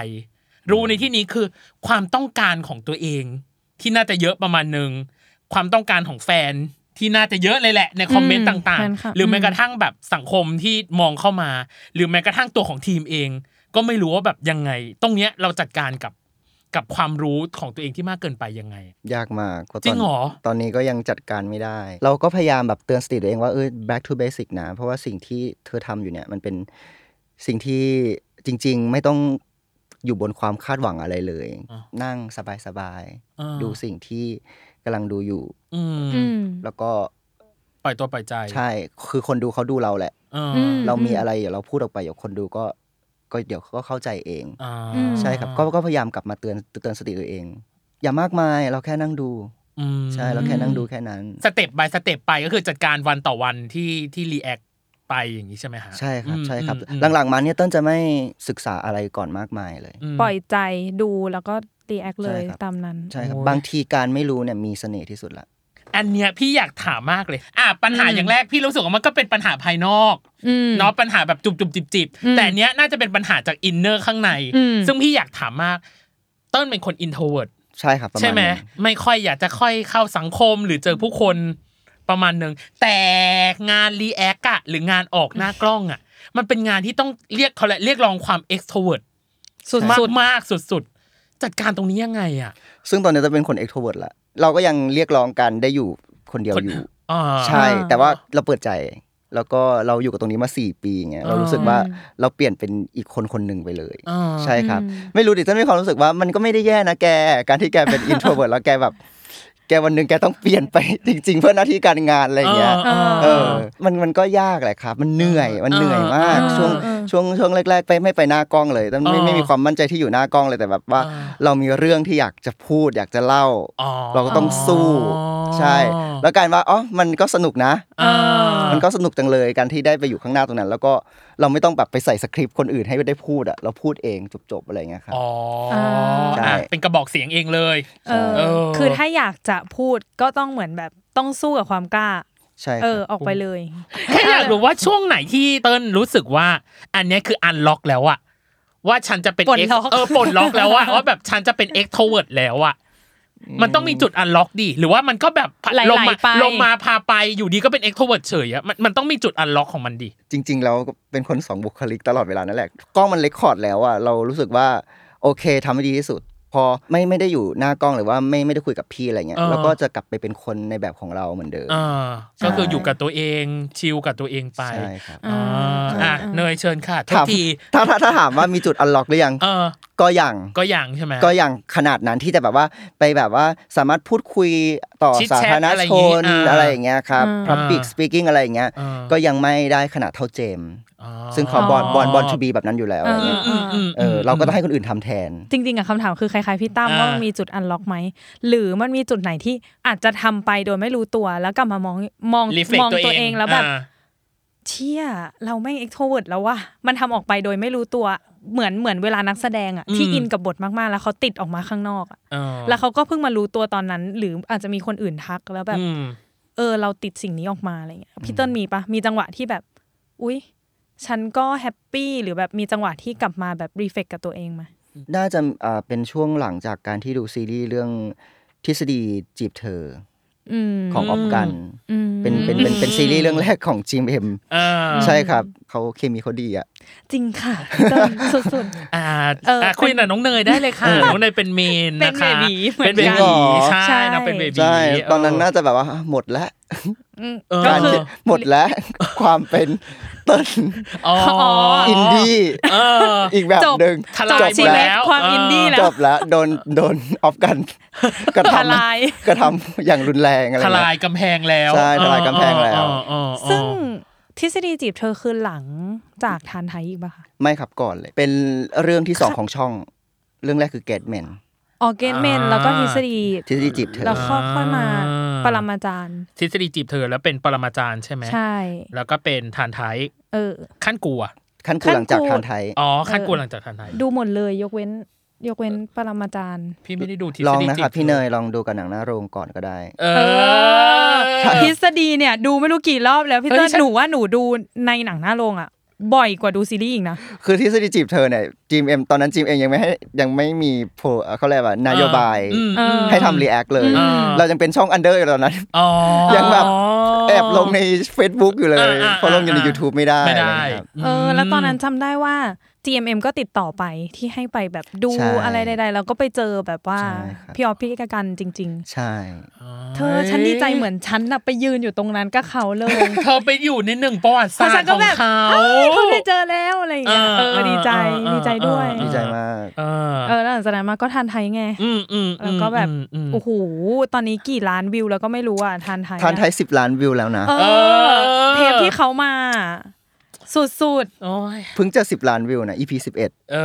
S1: รู้ในที่นี้คือความต้องการของตัวเอง ที่น่าจะเยอะประมาณหนึ่งความต้องการของแฟนที่น่าจะเยอะเลยแหละ ในคอมเมนต์
S2: อืม
S1: ต่าง
S2: แฟนคลับ
S1: ๆ หรือแม้
S2: อืม
S1: กระทั่งแบบสังคมที่มองเข้ามา หรือแม้กระทั่งตัวของทีมเอง ก็ไม่รู้ว่าแบบยังไง ตรงเนี้ยเราจัดการกับกับความรู้ของตัวเองที่มากเกินไปยังไง
S3: ยากมากก็ตน
S1: จริงเหรอ
S3: ตอนนี้ก็ยังจัดการไม่ได้ เราก็พยายามแบบเตือนสติตัวเองว่าเออ back to basic นะ เพราะว่าสิ่งที่เธอทำอยู่เนี่ย มันเป็นสิ่งที่จริง ๆ ไม่ต้องอยู่บนความคาดหวังอะไรเลย
S1: อ่ะ
S3: นั่งสบาย
S1: อ่า
S3: ๆ ดูสิ่งที่กำลังดูอยู่
S1: อืม
S2: อืม
S3: แล้วก็
S1: ปล่อยตัวปล่อยใจ
S3: ใช่คือคนดูเขาดูเราแหละ
S1: เออ
S2: ม
S3: เรามีอะไรเดี๋ยวเราพูดออกไปเดี๋ยวคนดูก็ก็เดี๋ยวเขาก็เข้าใจเอง
S1: อ่า
S2: อืม
S3: ใช่ครับ ก็ก็พยายามกลับมาเตือนเตือนสติตัวเอง อย่ามากมายเราแค่นั่งดู
S1: อืม
S3: ใช่เราแค่นั่งดูแค่นั้น
S1: สเต็ปบายสเต็ปไปก็คือจัดการวันต่อวันที่ที่รีแอคไปอย่างนี้ใช่ไหมฮะ
S3: ใช่ครับ
S1: อืม
S3: ใช่ครับ
S1: อืม
S3: หลังๆมาเนี่ยเต้นจะไม่ศึกษาอะไรก่อนมากมายเลย
S1: ม
S2: ปล่อยใจดูแล้วก็รีแอคเลย
S3: ใช่ครับ
S2: ตามนั้น
S3: ใช่ครับ
S1: โอ้ย
S3: บางทีการไม่รู้เนี่ยมีเสน่ห์ที่สุดละ
S1: อันเนี้ยพี่อยากถามมากเลย อ่ะปัญหา
S2: อืม
S1: อย่างแรกพี่รู้สึกว่ามันก็เป็นปัญหาภายนอก
S2: อืม
S1: เนาะปัญหาแบบจุบจุบจิบจิบ
S2: อืม
S1: แต่อันเนี้ยน่าจะเป็นปัญหาจากอินเนอร์ข้างใน
S2: อืม
S1: ซึ่งพี่อยากถามมาก เต้นเป็นคนอินโทรเวิร์ด
S3: ใช่ครับประมาณ
S1: ใช่ไหม
S3: นั้น
S1: ไม่ค่อยอยากจะค่อยเข้าสังคมหรือเจอผู้คนประมาณหนึ่งแต่งานรีแอคอะหรืองานออกหน้ากล้องอะมันเป็นงานที่ต้องเรียกเขาแหละเรียกร้องความเอ็กโทรเวิร์ด
S2: สุด
S1: มาก
S2: สุด
S1: มากๆสุดๆ จัดการตรงนี้ยังไงอะ
S3: ซึ่งตอนนี้จะเป็นคนเอ็กโทรเวิร์ดละเราก็ยังเรียกร้องกันได้อยู่คนเดียวอยู่
S1: อ่า
S3: ใช่
S2: อ่า
S3: แต่ว่าเราเปิดใจ แล้วก็เราอยู่กับตรงนี้มาสี่ปีไงเรารู้สึกว่าเราเปลี่ยนเป็นอีกคนคนหนึ่งไปเลย
S1: อ่า
S3: ใช่ครับ ไม่รู้ดิฉันมีความรู้สึกว่ามันก็ไม่ได้แย่นะแก การที่แกเป็น อินโทรเวิร์ดแล้วแกแบบ แกวันหนึ่งแกต้องเปลี่ยนไป จริง ๆ เพื่อหน้าที่การงานอะไรอย่างเงี้ย
S1: อ่าา
S3: เออ มันมันก็ยากแหละครับ มันเหนื่อย มันเหนื่อยมาก
S1: เออ
S3: ช่วง
S2: เออ
S3: ช่วงช่วงแรกๆ ไปไม่ไปหน้ากล้องเลยแต่ไม่
S1: เออ
S3: ไม่มีความมั่นใจที่อยู่หน้ากล้องเลยแต่แบบว่า
S1: เออ
S3: เรามีเรื่องที่อยากจะพูด อยากจะเล่า
S1: อ๋อ
S3: เราก็ต้องสู้ ใช่ แล้วการว่าอ๋อมันก็สนุกนะ
S1: อ่า
S3: มันก็สนุกจังเลยการที่ได้ไปอยู่ข้างหน้าตรงนั้น แล้วก็เราไม่ต้องแบบไปใส่สคริปต์คนอื่นให้ได้พูดอะเราพูดเองจบๆอะไรอย่างเงี้ยครับ
S1: อ๋อ
S2: อ่า
S1: อ่ะ
S3: ใช่
S1: เป็นกระบอกเสียงเองเลย
S2: เออ
S1: เออ
S2: คือถ้าอยากจะพูดก็ต้องเหมือนแบบต้องสู้กับความกล้า
S3: ใช่ค
S2: เอ
S3: รั
S2: อบ ออกไปเลย
S1: แค่อยากรู้ว่าช่วงไหนที่เติ้ลรู้สึกว่า อันเนี้ยคืออันล็อกแล้วอะว่าฉันจะเป็น
S2: ปลด
S1: เอ็ก
S2: ล็อก
S1: เออปลดล็ อกแล้วอะว่าแบบฉันจะเป็นเอ็กโทเวิร์ดแล้วอะมันต้องมีจุดอันล็อกดิหรือว่ามันก็แบบ
S2: ไหลๆ
S1: ลงมา
S2: ไป
S1: ลงมาพาไปอยู่ดีก็เป็นเอ็กโทเวิร์ดเฉยอะมันมันต้องมีจุดอันล็อกของมันดิ
S3: จริงๆแล้วเป็นคนสองบุคลิกตลอดเวลานั่นแหละ กล้องมันเลคคอร์ดแล้วอะเรารู้สึกว่าโอเคทำให้ดีที่สุด พอไม่ไม่ได้อยู่หน้ากล้องหรือว่าไม่ไม่ได้คุยกับพี่อะไรเงี้ย
S1: เออ
S3: เราก็จะกลับไปเป็นคนในแบบของเราเหมือนเดิม
S1: อ่าก็คือ
S3: ใช่
S1: อยู่กับตัวเองชิลกับตัวเองไป
S3: ใช่ครับ
S1: อ่าอ่ะเนยเชิญค่ะโทุ
S3: ค
S1: ก
S3: รับ
S1: ที
S3: ถ้าถ้าถ้าถามว่ามีจุดอันล็อกหรือยัง
S1: เออ
S3: ก็ยัง
S1: ก็ยังใช่ไหม
S3: ก็ยังขนาดนั้นที่จะแบบว่าไปแบบว่าสามารถพูดคุยต่อ
S1: ชิด
S3: สา
S1: แชท
S3: ธารณ
S1: อะไรอย่าง
S3: ช
S1: งี้
S3: น
S1: อ่า
S3: อะไรอย่างเงี้ยครับ
S2: อ่า
S3: public
S1: อ่า
S3: speaking อะไรอย่างเงี้ย
S1: อ่า
S3: ก็ยังไม่ได้ขนาดเท่าเจมส์
S1: อ๋อ
S3: ซึ่งเขาบอลบอลบอลทูบีแบบนั้นอยู่แล้วอะไรเงี้ย
S1: อืมอืม
S3: เออเราก็ต้องให้คนอื่นทำแทน
S2: จริงๆอะคำถามคือคล้ายๆพี่ตั้ม
S1: อ่า
S2: ว่ามันมีจุดอันล็อกไหม หรือมันมีจุดไหนที่อาจจะทำไปโดยไม่รู้ตัวแล้วกลับมามองมอง
S1: รีเฟก
S2: มอง
S1: ตัว
S2: ตัว
S1: เอ
S2: เอง
S1: ง
S2: แล้วแบบ
S1: อ่า
S2: เชี่ยเราไม่เอ็กโทเวิร์ดแล้วว่ะมันทำออกไปโดยไม่รู้ตัวเหมือนเหมือนเวลานักแสดงอะ
S1: อืม
S2: ที่อินกับบทมากๆ แล้วเขาติดออกมาข้างนอกอะ
S1: เออ
S2: แล้วเขาก็เพิ่งมารู้ตัวตอนนั้น หรืออาจจะมีคนอื่นทักแล้วแบบ
S1: อืม
S2: เออเราติดสิ่งนี้ออกมาอะไรเงี้ยพี่เติ้ลมีปะมีจังหวะที่แบบ อุ๊ย ฉันก็แฮปปี้หรือแบบมีจังหวะที่กลับมาแบบรีเฟกกับตัวเองไหม
S3: น่าจะอ่าเป็นช่วงหลังจากการที่ดูซีรีส์เรื่องทฤษฎีจีบเธอ
S2: อืม
S3: ของออฟกัน
S2: ม
S3: เป็นเป็นเป็นเป็นซีรีส์เรื่องแรกของจีมเอ็ม
S1: เออ
S3: ใช่ครับเขาเคมีเขาดีอ่ะ
S2: จริง ค่ะพี่ต้นสุด
S1: อ่า
S2: เอออ่
S1: ะคุยกับน้องเนยได้เลยค่ะ น้องเนยเป็นเมน
S2: เป็น
S1: นะ
S2: เบ
S1: คะ
S2: บีเหมือนกัน
S1: เป็นเบบี
S3: จริงเหรอ
S1: ใช่นะ
S2: ใช่
S1: เป็นเบบี
S3: ใช่ตอนนั้นน่า
S1: เ
S3: จะแบบว่าหมดแล้ว
S2: ๆอืม
S1: เออ
S3: การ
S2: ก็คือ
S3: หมดแล้วความเป็นเต้น
S1: อ๋ออ
S3: อินดี้
S1: เออ
S3: อีกแบบ
S2: จบ
S3: หนึ่ง
S1: ทลาย
S3: จบ
S1: ชีวิ
S3: แล้
S1: ต
S3: ว
S2: ความอินดี้แล้
S3: จ
S2: ว
S3: บแล้วโดนโดนออฟ กันกระ
S2: ท
S3: ทำ
S2: ลาย
S3: กระทำอย่างรุนแรงอะไร
S1: ท
S3: เงี้ย
S1: ลายกำแพงแล้ว
S3: ใช่ทลายกำแพงแล้
S1: เอ
S3: ว
S1: อเออเออเออ
S2: ซึ่งทฤษฎีจีบเธอคือหลังจากทานไทยอีกป่ะคะ
S3: ไม่ครับก่อนเลย เป็นเรื่องที่สองของช่อง เรื่องแรกคือเกตแมน
S2: ออเกนเมน
S1: อ่า
S2: แล้วก็ทฤษฎี
S3: ทฤษฎีจีบเธอ
S2: แล้วก็ค่อยมาปรมาจารย์
S1: ทฤษฎีจีบเธอแล้วเป็นปรมาจารย์ใช่ไหม
S2: ใช่
S1: แล้วก็เป็นทานไทย
S2: เออ
S1: ขั้นกูอะ
S3: ขั้นกูหลังจากทานไทย
S1: อ๋อขั้นกูหลังจากทานไทย
S2: ดูหมดเลยยกเว้น ยกเว้นปรมาจารย์
S1: พี่ไม่ได้ดูทฤ
S3: ล
S1: ษ
S3: อง
S1: ฎี
S3: นะ
S1: จี
S3: ครับ
S1: บ
S3: พี่เนยลองดูกันหนังหน้าโรงก่อนก็ได้
S1: เอ
S2: เอ
S1: อ
S2: อทฤษฎีเนี่ย ดูไม่รู้กี่รอบแล้วพี่
S1: เฮ้ย
S2: เติ้ล
S1: ฉัน
S2: หนูว่าหนูดูในหนังหน้าโรงอ่ะ บ่อยกว่าดูซีรีส์อีกนะ
S3: คือทฤษฎีจีบเธอเนี่ยจีมเอ็มตอนนั้นจีมเองยังไม่ให้ยังไม่มีโพเอ่อเขาเรียกว่านโยบาย
S1: อืม
S2: เออ
S3: ให้ทำรีแอคเลย
S1: อืม
S3: เรายังเป็นช่องอันเดอร์อยู่ตอนนั้น
S1: อ๋อ
S3: ยังแบบ แอบลงใน Facebook อยู่เลย
S1: อ่าอ่า
S3: เพราะลงอยู่ใน
S1: อ่า
S3: YouTube ไม่ได้
S1: ไม่ได้
S3: อะไรเงี้ยครับ
S2: เออ แล้วตอนนั้นจำได้ว่า GMM ก็ติดต่อไปที่ให้ไปแบบดู
S3: ใช่
S2: อะไรใดๆแล้วก็ไปเจอแบบว่า
S3: ใช่ครับ
S2: พี่ออฟพี่กกันจริง
S3: ใช่
S2: ๆ เธอฉันดีใจเหมือนฉันน่ะไปยืนอยู่ตรงนั้นก็เขาเลย
S1: เธอไปอยู่ในหนึ่งประวัติ
S2: พ อ
S1: ศาส
S2: ฉั
S1: ต
S2: น
S1: ร์ข
S2: ก็
S1: อง
S2: แบบ
S1: เขา
S2: เอ้ยเขาได้เจอแล้วอะไรอย่างเงี้ย
S1: เออ
S2: เออ ดีใจ
S1: เออเออ
S2: ดีใจด้วย
S1: เออ
S3: ดีใจมาก
S1: เออ
S2: เออ แล้วหลังจากนั้นมาก็ทานไทยไง
S1: อืมอืม
S2: แล้วก็แบบ
S1: อืมอืม
S2: โอ้โห ตอนนี้กี่ล้านวิวแล้วก็ไม่รู้อ่ะทานไทยอะ
S3: ทานไทย 10 ล้านวิวแล้วนะ
S2: เออ
S1: เออ
S2: เทปที่เขามา สุด
S1: โอ้ย
S3: เพิ่งจะ 10 ล้านวิวนะ EP 11
S1: เอ
S2: เอ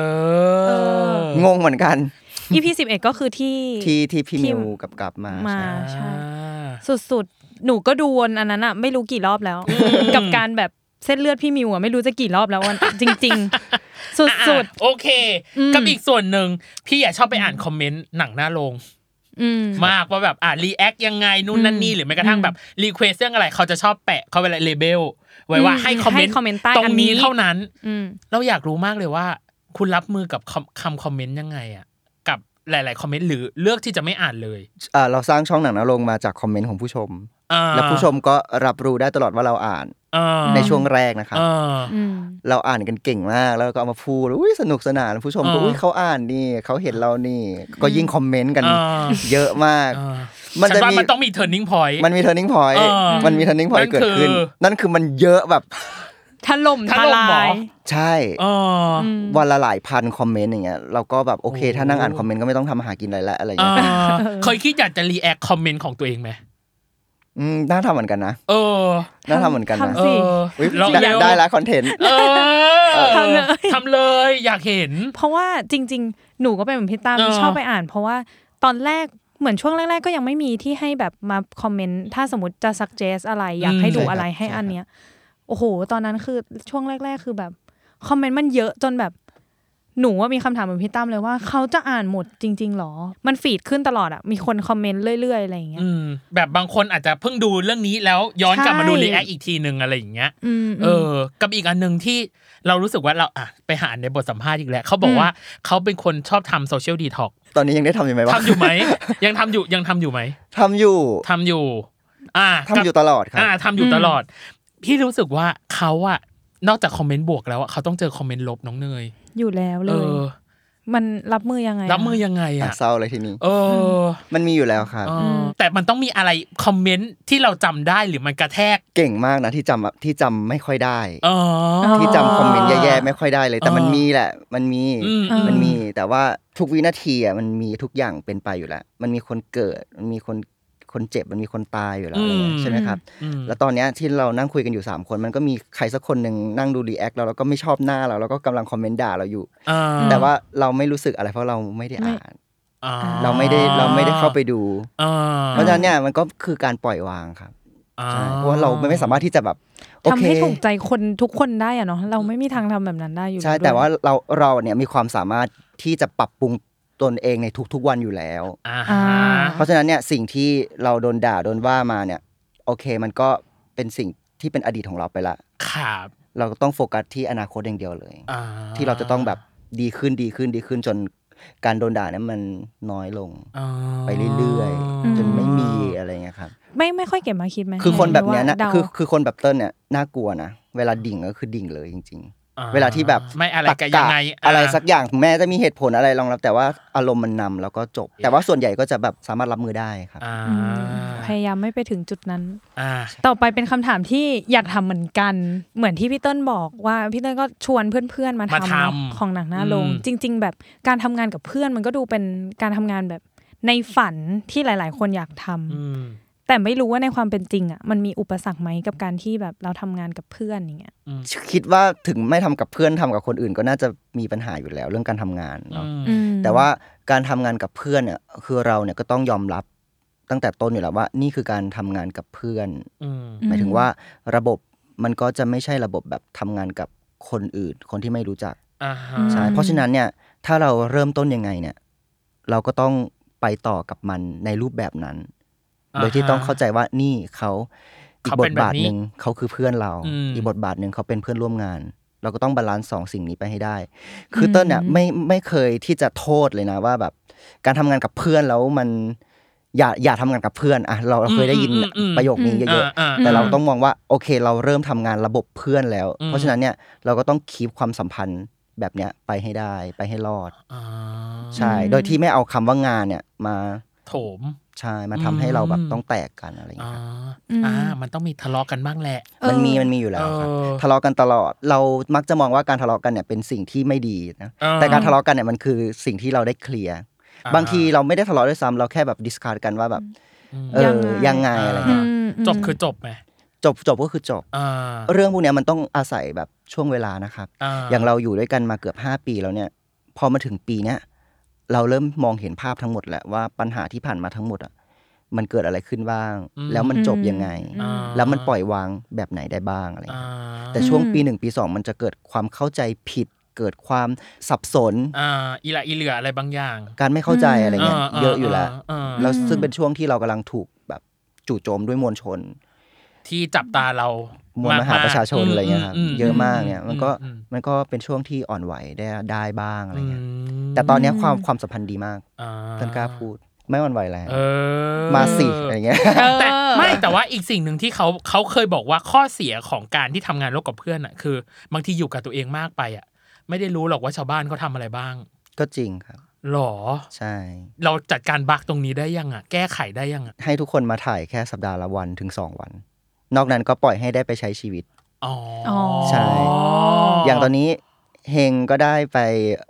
S1: อ
S2: อ
S3: งงเหมือนกัน
S2: ๆ EP สิบเอ็ดก็คือที่
S3: ที่ที่พี่
S2: ที่
S3: มิวกับกลับมา
S2: มา
S3: ใช่
S2: ใช่ สุดๆ หนูก็ดูวนอันนั้นอ่ะ ไม่รู้กี่รอบแล้ว กับการแบบเส้นเลือดพี่มิวอ่ะไม่รู้จะกี่รอบแล้ววัน จริง ๆ สุด
S1: อ่ะโอเค
S2: อืม
S1: กับอีกส่วนหนึ่งพี่อยากชอบไปอ่านคอมเมนต์หนังหน้าโรง
S2: ๆ อืม
S1: มากว่าแบบอ่ารีแอคยังไงนู่นนั่นนี่ หรือแม้กระทั่งแบบรีเควสเรื่องอะไรเขาจะชอบแปะเขาเวลาเลเบลไว้ว่า
S2: อืม
S1: ให้คอมเมนต์
S2: ให้คอมเมนต์ใต้
S1: ตรงนี้
S2: อันนี้
S1: เท่านั้น
S2: อืม
S1: เราอยากรู้มากเลยว่า คุณรับมือกับคำคำคอมเมนต์ยังไงอะกับหลาย ๆ คอมเมนต์หรือเลือกที่จะไม่อ่านเลย
S3: อ่าเราสร้างช่องหนังนรงมาจากคอมเมนต์ของผู้ชม
S1: อ่า
S3: และผู้ชมก็รับรู้ได้ตลอดว่าเราอ่าน
S1: อ่า
S3: ในช่วงแรกนะครับ
S1: อ่า
S2: อืม
S3: เราอ่านกันเก่งมากแล้วก็เอามาพูดอุ้ยสนุกสนานผู้ชมก็
S1: อ่า
S3: อุ้ยเขาอ่านนี่เขาเห็นเรานี่ก็ยิ่งคอมเมนต์กัน
S1: อ่า
S3: เยอะมาก
S1: อ่า
S3: มัน
S1: ฉัน
S3: จะ
S1: ว่า
S3: มี
S1: มันต้องมี turning point
S3: มันมี turning point
S1: อ่ามั
S3: มันมี turning
S1: นั่
S3: point
S1: น
S3: เกิดขึ้น
S1: คือ
S3: นั่นคือมันเยอะแบบ
S2: ถล่ม
S1: ถ
S2: ท
S1: ล่ม
S2: ลา
S1: หมอ
S2: ย
S3: ใช่
S1: อ่า
S2: ม
S3: วันละหลายพันคอมเมนต์อย่างเงี้ยเราก็แบบโอเค ถ้านั่งอ่าน
S1: โอ้
S3: คอมเมนต์ก็ไม่ต้องทำมาหากินอะไรละอะไร
S1: เอ
S3: เงี้ย
S1: อเคยคิดอยากจะรีแอคคอมเมนต์ของตัวเองไหม
S3: อืมน่าทำเหมือนกันนะ
S1: เออ
S3: น่าทำเหมือนกันนะ
S2: ทำ
S1: เอ
S2: สิ
S1: อ
S3: อุ๊ย
S1: ลอง
S3: ได้
S1: เร็ว
S3: ได้ละคอนเทนต์
S1: เออ
S2: ทำเลย
S1: ทำเลยอยากเห็น
S2: เพราะว่าจริง ๆ หนูก็เป็นเหมือนพี่ตาม
S1: เออ
S2: ชอบไปอ่าน เพราะว่าตอนแรกเหมือนช่วงแรก ๆ ก็ยังไม่มีที่ให้แบบมาคอมเมนต์ถ้าสมมติจะ suggest อะไรอยากให้ดู
S3: ใช่ครับ
S2: อะไรให้
S3: ใช่ครับ
S2: อันเนี้ยโอ้โห ตอนนั้นคือช่วงแรก ๆ คือแบบคอมเมนต์มันเยอะจนแบบ หนูว่ามีคำถามเหมือนพี่ตั้มเลยว่าเขาจะอ่านหมดจริง ๆหรอ มันฟีดขึ้นตลอดอ่ะมีคนคอมเมนต์เรื่อยๆอะไรอย่างเงี้ย
S1: อืมแบบบางคนอาจจะเพิ่งดูเรื่องนี้แล้วย้อนกลับมาดูรีแอคอีกทีหนึ่งอะไรอย่างเงี้ย
S2: อืม
S1: เออ กับอีกอันหนึ่งที่เรารู้สึกว่าเราอ่ะไปหาในบทสัมภาษณ์อีกแล้วเขาบอกว่าเขาเป็นคนชอบทำโซเชียลดีท็อก
S3: ตอนนี้ยังได้ทำอยู่ไหมวะ
S1: ทำอยู่ไหม ยังทำอยู่ยังทำอยู่ไหม
S3: ทำอยู่
S1: ทำอยู่ อ่า
S3: ทำอยู่ตลอดครับ
S1: อ่าทำอยู่ตลอด พี่รู้สึกว่าเขาอะนอกจากคอมเมนต์บวกแล้วอะเขาต้องเจอคอมเมนต์ลบน้องเนย
S2: อยู่แล้วเล
S1: เอย อ
S2: มันรับมือยังไงะ
S1: รับมือยังไง
S3: อ่ะ
S1: อะ
S3: เศร้าเลยทีนี้
S1: เออ
S3: มันมีอยู่แล้วครับ
S1: เอออ แต่มันต้องมีอะไรคอมเมนต์ที่เราจำได้หรือมันกระแทก
S3: เก่งมากนะที่จำอะที่จำไม่ค่อยได้
S1: เออ
S2: อ
S3: ที่จำคอมเมนต์แย่ๆไม่ค่อยได้เลย แต่
S1: เออ
S3: มันมีแหละ มันมี
S1: อืม
S3: มันมีแต่ว่าทุกวินาทีอ่ะมันมีทุกอย่างเป็นไปอยู่แล้ว มันมีคนเกิด มันมีคนคนเจ็บมันมีคนตายอยู่แล้วอะไรเงี้ยใช่ไหมครับ
S1: อืม
S3: แล้วตอนเนี้ยที่เรานั่งคุยกันอยู่ 3 คน มันก็มีใครสักคนหนึ่งนั่งดูรีแอคเราแล้วก็ไม่ชอบหน้าเราแล้วก็กำลังคอมเมนต์ด่าเราอยู่
S1: อ่
S3: แต่ว่าเราไม่รู้สึกอะไรเพราะเราไม่ได้อ่าน
S1: อ่
S3: เราไม่ได้เราไม่ได้เข้าไปดู
S1: อ่า
S3: เพราะฉะนั้นเนี่ยมันก็คือการปล่อยวางครับ
S1: อ่
S3: ใช่เพราะว่าเราไม่สามารถที่จะแบบโอ
S2: ทำ
S3: เค
S2: ให้ถูกใจคนทุกคนได้อะเนาะเราไม่มีทางทำแบบนั้นได้อยู่
S3: ใช่
S2: ล้
S3: แต่ว่า
S2: ด้วย
S3: เราเราเนี่ยมีความสามารถที่จะปรับปรุงตนเองในทุกๆวันอยู่แล้ว
S1: อ่า
S2: อ่า
S3: เพราะฉะนั้นเนี่ยสิ่งที่เราโดนด่าโดนว่ามาเนี่ยโอเคมันก็เป็นสิ่งที่เป็นอดีตของเราไปละ
S1: ครับ
S3: เราก็ต้องโฟกัสที่อนาคตอย่างเดียวเลย
S1: อ่า
S3: ที่เราจะต้องแบบ ดีขึ้นดีขึ้นดีขึ้นจนการโดนด่านั้นมันน้อยลง
S1: อ๋อ
S3: ไปเรื่อย
S2: ม
S3: ๆ จนไม่มีอะไรเงี้ยครับ
S2: ไม่ไม่ค่อยเก็บมาคิดไหม
S3: คือคนแบบเนี้ยนะ
S2: หรือว่า
S3: คือ
S2: เดา
S3: คือคนแบบเติ้ลเนี่ยน่ากลัวนะเวลาดิ่งก็คือดิ่งเลยจริง
S1: อ่
S3: ๆ เวลาที่แบบ
S1: ไม่อะไร
S3: ตั
S1: กันยังไงา
S3: อะไรสักอย่างถึงแม้จะมีเหตุผลอะไรรองรับ แต่ว่าอารมณ์มันนำแล้วก็จบ แต่ว่าส่วนใหญ่ก็จะแบบสามารถรับมือได้ครับ
S1: อ่า
S2: อืมพยายามไม่ไปถึงจุดนั้น
S1: อ่า
S2: ต่อไปเป็นคำถามที่อยากทำเหมือนกัน เหมือนที่พี่เติ้ลบอกว่าพี่เติ้ลก็ชวนเพื่อนๆมา
S1: มา
S2: ทำ
S1: ทำ
S2: เนอะของหนังหน้าโรง
S1: อืม
S2: จริง ๆ แบบการทำงานกับเพื่อนมันก็ดูเป็นการทำงานแบบในฝันที่หลาย ๆ คนอยากทำ
S1: อืม
S2: แต่ไม่รู้ว่าในความเป็นจริงอ่ะมันมีอุปสรรคไหมกับการที่แบบเราทำงานกับเพื่อนอย่างเงี้ย
S3: คิดว่าถึงไม่ทำกับเพื่อนทำกับคนอื่นก็น่าจะมีปัญหาอยู่แล้ว เรื่องการทำงานเนาะ
S1: อืม
S3: แต่ว่าการทำงานกับเพื่อนเนี่ยคือเราเนี่ยก็ต้องยอมรับตั้งแต่ต้นอยู่แล้วว่า นี่คือการทำงานกับเพื่อน
S1: อืม
S2: อืม
S3: หมายถึงว่าระบบมันก็จะไม่ใช่ระบบแบบทำงานกับคนอื่น คนที่ไม่รู้จัก
S1: อ่าฮะ
S2: อืม
S3: ใช่เพราะฉะนั้นเนี่ยถ้าเราเริ่มต้นยังไงเนี่ยเราก็ต้องไปต่อกับมันในรูปแบบนั้น โดยที่ต้องเข้าใจว่านี่เขาอีกบทบาทหนึ่งเขาคือเพื่อนเรา
S1: อืม
S3: อีกบทบาทหนึ่งเขาเป็นเพื่อนร่วมงาน เราก็ต้องบาลานซ์สองสิ่งนี้ไปให้ได้ คือเต้ลเนี่ยไม่ไม่เคยที่จะโทษเลยนะว่าแบบ การทำงานกับเพื่อนแล้วมันอย่าอย่าทำงานกับเพื่อนอะเราเราเคยได้ยิน
S1: อืมอืมอืม
S3: ประโยคนี้เยอะ
S1: อ่า
S3: ๆแต่เราต้องมองว่าโอเคเราเริ่มทำงานระบบเพื่อนแล้ว เพราะฉะนั้นเนี่ยเราก็ต้องคีบความสัมพันธ์แบบเนี้ยไปให้ได้ไปให้รอด
S1: อ่า
S3: ใช่ โดยที่ไม่เอาคำว่างานเนี่ยมา
S1: โถม
S3: ใช่มาทำให้เราแบบ
S1: อืม
S3: ต้องแตกกันอะไรอย่างเงี้ยค
S1: อ่า
S3: รับ
S2: อืม
S1: อ่า มันต้องมีทะเลาะกันบ้างแหละ
S2: เออ
S3: มันมีมันมีอยู่แล้วครับ
S1: เออ
S3: ทะเลาะกันตลอด เรามักจะมองว่าการทะเลาะกันเนี่ยเป็นสิ่งที่ไม่ดีนะ
S1: เออ
S3: แต่การทะเลาะกันเนี่ยมันคือสิ่งที่เราได้เคลียร์
S1: อ่า
S3: บางทีเราไม่ได้ทะเลาะด้วยซ้ำเราแค่แบบดิสคัทกันว่าแบบเอ
S2: ยัง
S3: อ
S2: ไง
S3: ยังไงอะไรเงี้ย
S2: ม
S1: จบคือจบไหม
S3: จบจบก็คือจบ
S1: อ่า
S3: เรื่องพวกเนี้ยมันต้องอาศัยแบบช่วงเวลานะครับ
S1: อ่า
S3: อย่างเราอยู่ด้วยกันมาเกือบ 5 ปีแล้วเนี่ยพอมาถึงปีเนี้ยเราเริ่มมองเห็นภาพทั้งหมดแหละว่าปัญหาที่ผ่านมาทั้งหมดอ่ะมันเกิดอะไรขึ้นบ้าง แล้วมันจบยังไง
S1: อ่า
S3: แล้วมันปล่อยวางแบบไหนได้บ้างอะไรเงี้ย
S1: อ่า
S3: แต่ช่วงปีหนึ่งปีสองมันจะเกิดความเข้าใจผิด เกิดความสับสน
S1: อ่าอีละอีเหลืออะไรบางอย่าง
S3: การไม่เข้าใจอะไรเงี้ย
S1: า
S3: เยอะอยู่แล้ว
S1: อ่า
S3: แล้วซึ่งเป็นช่วงที่เรากำลังถูกแบบจู่โจมด้วยมวลชน
S1: ที่จับตาเรา
S3: ม
S1: ม
S3: วลมหาประชาชน
S1: ม
S3: อะไรเงี้ยครับเยอะมากเนี่ยมันก็
S1: อืม
S3: มันก็เป็นช่วงที่อ่อนไหวได้ได้บ้างอะไรเงี้ย
S1: ม
S3: แต่ตอนเนี้ยความความสัมพันธ์ดีมาก
S1: อ่
S3: ท่านกล้าพูด ไม่อ่อนไหวแล้ว
S1: เออ
S3: มาสิอะไรเงี้ย
S1: แต่ไม่แต่ว่าอีกสิ่งหนึ่งที่เขาเขาเคยบอกว่าข้อเสียของการที่ทำงานร่วมกับเพื่อนอ่ะคือบางทีอยู่กับตัวเองมากไปอ่ะ ไม่ได้รู้หรอกว่าชาวบ้านเขาทำอะไรบ้าง
S3: ก็จริงครับ
S1: หรอ
S3: ใช่
S1: เราจัดการบักตรงนี้ได้ยังอ่ะ แก้ไขได้ยังอ่ะ
S3: ให้ทุกคนมาถ่ายแค่สัปดาห์ละวันถึงสองวัน นอกนั้นก็ปล่อยให้ได้ไปใช้ชีวิต
S1: อ๋อ
S2: อ๋อ
S3: ใช่ อย่างตอนนี้เฮงก็ได้ไป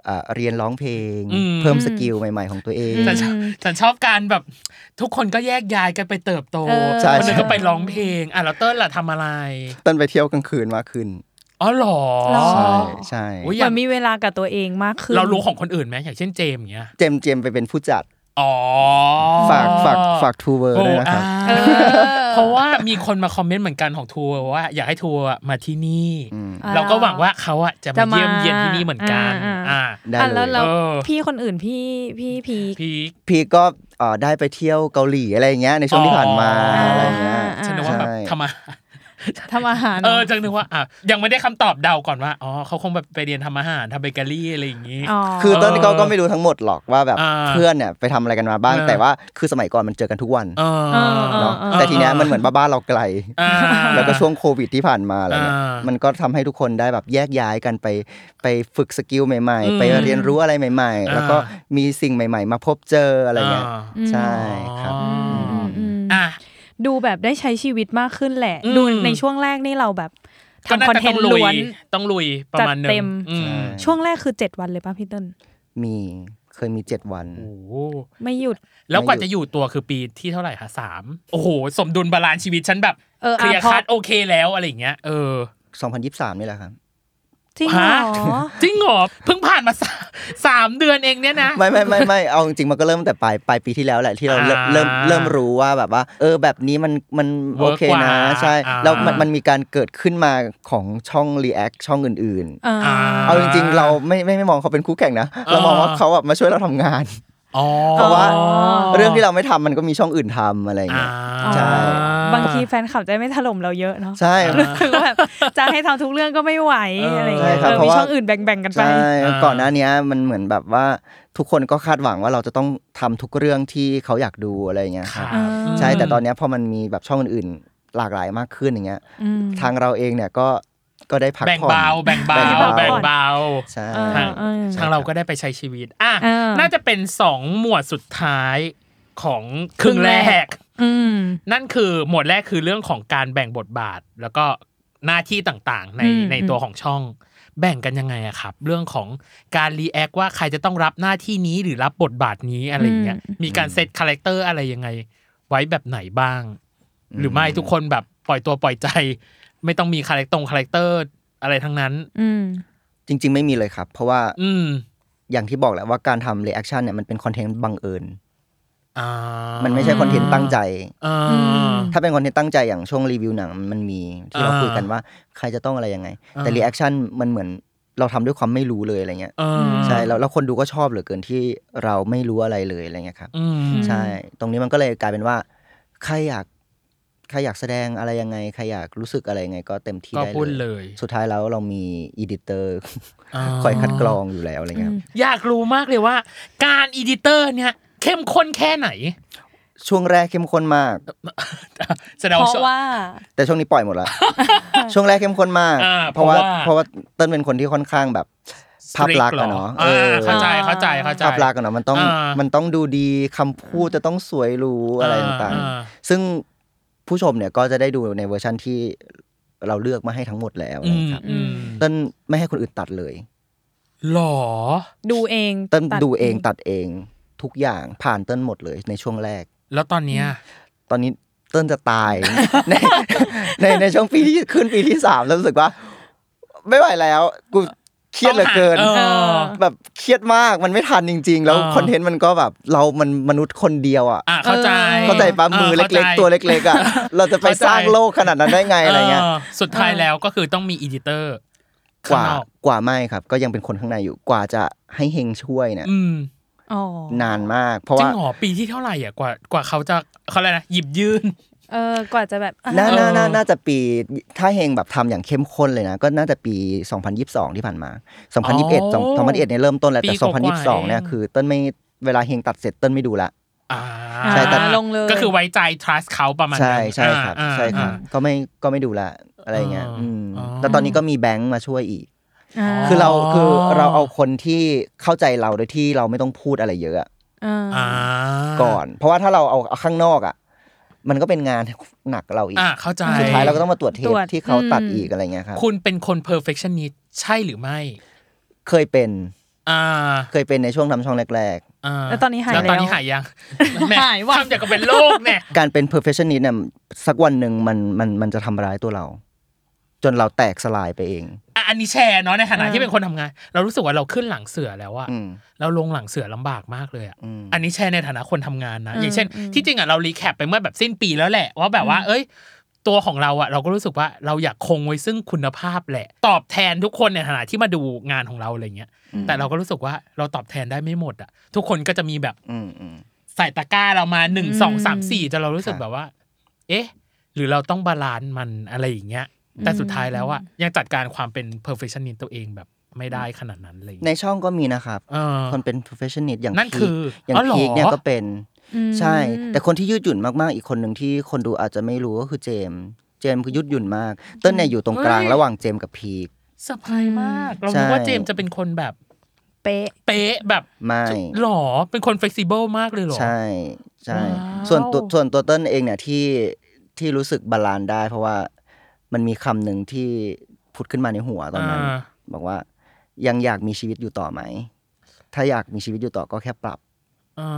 S3: เอ่อเรียนร้องเพลง เพิ่มสกิลใหม่ ๆ ของตัวเอง
S1: ฉันชอบฉันชอบการแบบ ทุกคนก็แยกย้ายกันไปเติบโต
S2: เออ
S3: ใช่
S1: คนหนึง
S3: ใช่
S1: ก็ไปร้องเพลงอ่ะแล้วเติ้ลล่ะทำอะไร
S3: เต้นไปเที่ยวกลางคืนมากขึ้น
S1: อ๋อหรอ
S2: หรอ
S3: ใช่ใช่
S1: อุ๊ยอ
S2: มั
S1: ย่าง
S2: นมีเวลากับตัวเองมากขึ้น
S1: เรารู้ของคนอื่นไหมอย่างเช่นเจมส์อย่างเงี้ย
S3: เจมส์เจมส์ไปเป็นผู้จัด
S1: อ๋อ
S3: ฝากฝากฝากทูเวอร์ด้วยนะครับ
S1: โอ้อ่าเพราะว่ามีคนมาคอมเมนต์เหมือนกันของทัวร์ว่าอยากให้ทัวร์มาที่นี่ เราก็หวังว่าเขาอะจะ
S2: จะ
S1: มา
S2: มา
S1: เยี่ยมเยียนที่นี่เหมือนกัน
S2: อ่าอ่า
S1: อ่า
S3: ได้
S2: อ่ะแล้ว
S3: เล
S2: แล้ว
S3: ย
S1: เออ
S2: พี่คนอื่นพี่พี่พีค
S1: พีค
S3: พีก็เอ่อได้ไปเที่ยวเกาหลีอะไรอย่างเงี้ยในช่วงที่ผ่านมา
S1: อ๋ออ
S3: อะไรอย่างเงี้ย
S2: อ่า
S1: ฉันนึกว่าแบบ
S3: ใช่
S1: ทำอาหาร
S2: ทำอาหาร
S1: เออจังนึกว่าอ่ะยังไม่ได้คำตอบเดาก่อนว่าอ๋อเขาคงแบบไปเรียนทำอาหารทำเบเกอรี่อะไรอย่างงี้
S2: อ๋อ
S3: คือเต้นก็ก็ไม่รู้ทั้งหมดหรอกว่าแบบ
S1: อ่า
S3: เพื่อนเนี่ยไปทำอะไรกันมาบ้าง
S1: อ่า
S3: แต่ว่าคือสมัยก่อนมันเจอกันทุกวัน
S1: เออ
S3: เนาะ
S2: อ่า
S3: แต่ทีเนี้ยมันเหมือนบ้านๆเราไกล
S1: อ่า
S3: แล้วก็ช่วงโควิดที่ผ่านมาอะไรเนี่ย
S1: อ่ามั
S3: มันก็ทำให้ทุกคนได้แบบแยกย้ายกันไปไปฝึกสกิลใหม่
S1: อืม
S3: ๆ ไปเรียนรู้อะไรใหม่
S1: อ่า
S3: ๆ แล้วก็มีสิ่งใหม่ ๆ มาพบเจออะไรเงี้ย
S1: อ่า
S3: ใช่ครับ
S1: อ๋ออ
S2: มอืม
S1: อ่ะ
S2: ดูแบบได้ใช้ชีวิตมากขึ้นแหละ
S1: อืม
S2: ดูในช่วงแรกนี่เราแบบ
S1: ก็
S2: ทำ
S1: น่า
S2: คอน
S1: จะ
S2: เท
S1: ต้
S2: น
S1: อง
S2: ต์
S1: ลุย
S2: ล้วน
S1: ต้องลุยประมาณหนึ่
S2: จัดเต็
S1: ง
S2: ม
S1: อืม
S3: ใช่
S2: ช่วงแรกคือ 7 วันเลยป่ะพี่เติ้ล
S3: มีเคยมีเจ็ดวัน
S1: โอ้
S2: ไม่หยุด
S1: แล้วกว่า
S3: ไม่
S1: จะ
S3: อ
S1: อยู่ ยู่ตัวคือปีที่เท่าไหร่คะสามโอ้โห สมดุลบาลานซ์ชีวิตฉันแบบ
S2: เออ
S1: เคลียร์
S2: อ่ะพอ
S1: คัดโอเคแล้วอะไรอย่างเงี้ย เออ
S3: 2023 นี่แหละครับ
S2: จริงเหรอ
S1: ฮะ จริงเหรอเพิ่งผ่านมาสามสามเดือนเองเนี่ยนะ
S3: ไม่ไม่ไม่ไม่เอาจริงๆมันก็เริ่มตั้งแต่ปลายปลายปีที่แล้วแหละที่เราเริ่ม
S1: อ่า
S3: เริ่มเริ่มรู้ว่าแบบว่า เออแบบนี้มันมันโอ
S1: Work
S3: เคนะ
S1: กว่า
S3: ใช่
S1: อ่า
S3: แล้วมันมันมีการเกิดขึ้นมาของช่อง React ช่องอื่น ๆ
S2: อ่า
S1: อ่า
S3: เอาจริงๆเราไม่ไม่ไม่มองเขาเป็นคู่แข่งนะ
S1: เออ
S3: เรามองว่าเขาแบบมาช่วยเราทำงาน
S1: อ๋อ
S3: เพราะว่า
S2: อ๋อ
S3: เรื่องที่เราไม่ทำมันก็มีช่องอื่นทำอะไรอย่าง
S1: อ่า
S3: เงี้ย ใช่
S2: อ๋ บางทีแฟนคลับจะไม่ถล่มเราเยอะเนาะ
S3: ใช่
S2: คือแบบจะให้ทำทุกเรื่องก็ไม่ไหวอะไรอย่างเงี้ย
S3: ใช่ครับ
S2: เออ
S3: เพราะ
S2: มี
S3: ว่า
S2: ช่องอื่นแบ่งๆกันไป
S3: ใช่
S1: อ่า
S3: ก่อนหน้าเนี้ยมันเหมือนแบบว่าทุกคนก็คาดหวังว่าเราจะต้องทำทุกเรื่องที่เขาอยากดูอะไรอย่างเงี้ย
S1: ค
S3: ค
S1: รั
S3: รั
S1: บบ
S2: อ่า
S3: ใช่แต่ตอนเนี้ยพอมันมีแบบช่องอื่นๆหลากหลายมากขึ้นอย่างเงี้ย
S2: อืม
S3: ทางเราเองเนี่ยก็ก็ได้พัก
S1: แบ่ง
S3: ผ่อน
S1: เบาแบ่งเบา
S2: แบ่
S1: แบ่ง
S2: ง
S1: เบา
S2: เบา
S3: ใช่
S2: เออ
S1: ทาง
S2: เออ
S1: ทางเราก็ได้ไปใช้ชีวิต อ่ะ
S2: อ่า
S1: น่าจะเป็นสองหมวดสุดท้ายของครึ่งแรก
S2: อืม
S1: นั่นคือหมวดแรกคือเรื่องของการแบ่งบทบาท แล้วก็หน้าที่ต่างๆ ใน
S2: อืม
S1: ในตัวของช่อง แบ่งกันยังไงอะครับ เรื่องของการรีแอคว่าใครจะต้องรับหน้าที่นี้หรือรับบทบาทนี้อะไรอย่างเงี้ยมีการเซตคาแรคเตอร์อะไรยังไง ไว้แบบไหนบ้าง หรือไม่ทุกคนแบบปล่อยตัวปล่อยใจ ไม่ต้องมีคาแรคตรงคาแรคเตอร์อะไรทั้งนั้น
S2: ืม
S3: จริง ๆ ไม่มีเลยครับ เพราะว่า
S1: อืม
S3: อย่างที่บอกแหละว่าการทำเรีแอคชั่นเนี่ยมันเป็นคอนเทนต์บังเอิญ
S1: อ่า
S3: มันไม่ใช่คอนเทนต์ตั้งใจ
S1: อ่า
S2: ม
S3: ถ้าเป็นคอนเทนต์ตั้งใจอย่างช่วงรีวิวหนังมันมีที่เรา
S1: อ่า
S3: คุยกันว่าใครจะต้องอะไรยังไง แต่
S1: อ่า
S3: รีแอคชั่นมันเหมือนเราทำด้วยความไม่รู้เลยอะไรเงี้ย
S1: อ่า
S3: ใช่แล้วแล้วคนดูก็ชอบเหลือเกินที่เราไม่รู้อะไรเลยอะไรเงี้ยครับ
S1: อืม
S3: ใช่ ตรงนี้มันก็เลยกลายเป็นว่า ใครอยาก ใครอยากแสดงอะไรยังไง ใครอยากรู้สึกอะไรยังไง ก็เต็มที่
S1: ก็
S3: ได้
S1: พูดเลย
S3: สุดท้ายแล้วเรามีอีดิเตอร์
S1: อ่า
S3: คอยคัดกรองอยู่แล้วอะไรเงี้ยครับ
S1: อยากรู้มากเลยว่า การอีดิเตอร์เนี่ยเข้มข้นแค่ไหน
S3: ช่วงแรกเข้มข้นมาก
S1: แสดง
S2: เพ
S1: ว่า
S2: ราะ
S1: ช่วง
S2: ว่า
S3: แต่ช่วงนี้ปล่อยหมดละ ช่วงแรกเข้มข้นมาก
S1: อ่า
S3: เพราะว่า
S1: เพ
S3: เพ
S1: ราะ
S3: ราะ
S1: ว่า
S3: ว่าเติ้ลเป็นคนที่ค่อนข้างแบบ ภาพลักษณ์อะเนาะ
S1: อ่าเข้าใจ
S2: เออ
S1: เข้าใจเข้าใจ
S3: ภาพลักษณ์อะเนาะมันต้อง
S1: อ่ามั
S3: มันต้องดูดีคำพูดจะต้องสวยหรูอะไรต่าง
S1: อ่า
S3: ๆ ซึ่งผู้ชมเนี่ยก็จะได้ดูในเวอร์ชั่นที่เราเลือกมาให้ทั้งหมดแล้ว
S1: อื
S3: นะ
S1: ม
S3: ครับ
S1: อืม
S3: เติ้ลไม่ให้คนอื่นตัดเลย
S1: หรอ
S2: ดูเอง
S3: เติ้ล
S2: ตั
S3: ดูเองตัดเองทุกอย่างผ่านเติ้ลหมดเลยในช่วงแรก
S1: แล้วตอนเนี้ย
S3: ตอนนี้เติ้ลจะตาย ในในในช่วงปีที่ขึ้นปีที่สามแล้วรู้สึกว่า ไม่ไหวแล้ว กูเครียดเหลือเกิน
S1: ต้องหาออ
S3: แบบเครียดมากมันไม่ทันจริง ๆ แล้ว
S1: อ่า
S3: คอนเทนต์มันก็แบบเรามันมนุษย์คนเดียวอ่ะ
S1: อ่ะเข้าใจ
S3: เข้าใจปะมือเล็ก ๆ ตัวเล็ก ๆอ่ะเราจะไปสร้างโลกขนาดนั้นได้ไงอะไรเงี้ย
S1: สุดท้ายแล้วก็คือต้องมีอีดิเตอร์
S3: กว่า
S1: ข้งนอก
S3: กว่าไม่ครับ ก็ยังเป็นคนข้างในอยู่กว่าจะให้เฮงช่วยเนี่ย
S1: อืม
S2: อ๋อน
S3: านมาก เพราะ
S1: จริ
S3: ว่า
S1: งเหรอปีที่เท่าไหร่อ่ะกว่ากว่าเขาจะเขาอะไรนะหยิบยื่น
S2: เออกว่าจะแบบอ่ะ
S3: น่าน่าน่า
S1: เออ
S3: น่าจะปีถ้าเฮงแบบทำอย่างเข้มข้นเลยนะ ก็น่าจะปี 2022 ที่ผ่านมา 2021 2021เนี่ยเริ่มต้นแล้วแต่ 2022 เนี่ยคือเต้นไม่เวลาเฮงตัดเสร็จเต้นไม่ดูละ
S1: อ่า
S3: ใช่แต่
S2: อ่าลงเลย
S1: ก็คือไว้ใจ trust เขาประมาณ
S3: ใช่
S1: นั้น
S3: ใช่ครับ
S1: อ่า
S3: ใช่ครับ
S1: อ่า
S3: ก็ไม่ก็ไม่ดูละอะไรเงี้ย
S1: อ๋ออื
S3: อืม
S1: อ๋อ
S3: แล้วตอนนี้ก็มีแบงค์มาช่วยอีก
S2: อา
S3: คือเราคือเราเอาคนที่เข้าใจเราโดยที่เราไม่ต้องพูดอะไรเยอะอะ
S2: อ่า
S1: อ่า
S3: ก่อน เพราะว่าถ้าเราเอาเอาข้างนอกอ่ะมันก็เป็นงานหนักเราอีก
S1: อ่าเข้าใจ
S3: สุดท้ายเราก็ต้องมาตรวจเทปที่เขาตัดอีกอะไรเงี้ยครับ
S1: คุณเป็นคน perfectionist ใช่หรือไม่
S3: เคยเป็น
S1: อ่า
S3: เคยเป็นในช่วงทำช่องแรก ๆ
S1: อ่า
S2: แล้วตอนนี้หาย
S1: แล้วตอนนี้
S2: แล้ว
S1: หายยังแม่
S2: หายว่ะ
S1: ทำจากกับเป็นโรคเนี่ย
S3: การเป็น perfectionist เนี่ยสักวันหนึ่งมันมันมันจะทำร้ายตัวเรา จนเราแตกสลายไปเอง
S1: อ่ะอันนี้แชร์เนาะในฐานะ
S2: เออ
S1: ที่เป็นคนทำงาน เรารู้สึกว่าเราขึ้นหลังเสือแล้วอะ
S3: อืม
S1: เราลงหลังเสือลำบากมากเลยอะ
S3: อืม
S1: อันนี้แชร์ในฐานะคนทำงานนะ
S2: อืม
S1: อย่างเช่น
S2: อืม
S1: ที่จริงอะเรารีแคปไปเมื่อแบบสิ้นปีแล้วแหละ ว่าแบบว่า เอ้ย ตัวของเราอะเราก็รู้สึกว่าเราอยากคงไว้ซึ่งคุณภาพแหละ ตอบแทนทุกคนในฐานะที่มาดูงานของเราอะไรเงี้ย แต่เราก็รู้สึกว่าเราตอบแทนได้ไม่หมดอะทุกคนก็จะมีแบบ
S3: อืมอืม
S1: ใส่ตะกร้าเรามาหนึ่ง
S2: อืม
S1: สองสามสี่จนเรารู้สึก
S3: ค่ะ
S1: แบบว่า เอ๊ะ หรือเราต้องบาลานซ์มันอะไรอย่างเงี้ย แต่สุดท้ายแล้วอะยังจัดการความเป็น perfectionist ตัวเองแบบไม่ได้ขนาดนั้นเลย
S3: ในช่องก็มีนะครับ
S1: เออ
S3: คนเป็น perfectionist อย่าง
S1: นั่น
S3: พี
S1: คือ
S3: อย่าง
S1: อ๋อเหรอ
S3: พีคเนี่ยก็เป็น
S2: อืม
S3: ใช่ แต่คนที่ยืดหยุ่นมากๆ อีกคนหนึ่งที่คนดูอาจจะไม่รู้ก็คือเจมส์เจมส์คือยืดหยุ่นมากเต้นเนี่ยอยู่ตรงกลางระหว่างเจมส์กับพีค
S1: เซอร์ไพรส์มาก เราคิด
S3: ใช่
S1: ว่าเจมส์จะเป็นคนแบบ
S2: เป๊ะ
S1: เป๊ะแบบ
S3: ไม่
S1: หรอเป็นคน flexible มากเลยหรอ
S3: ใช่ใช่
S1: ว้าว
S3: ส่วนตัวส่วนตัวเต้นเองเนี่ยที่ที่รู้สึกบาลานซ์ได้ เพราะว่ามันมีคำหนึ่งที่ผุดขึ้นมาในหัวตอนนั้น
S1: อ่า
S3: บอกว่ายังอยากมีชีวิตอยู่ต่อไหม ถ้าอยากมีชีวิตอยู่ต่อก็แค่ปรับ
S1: อ่า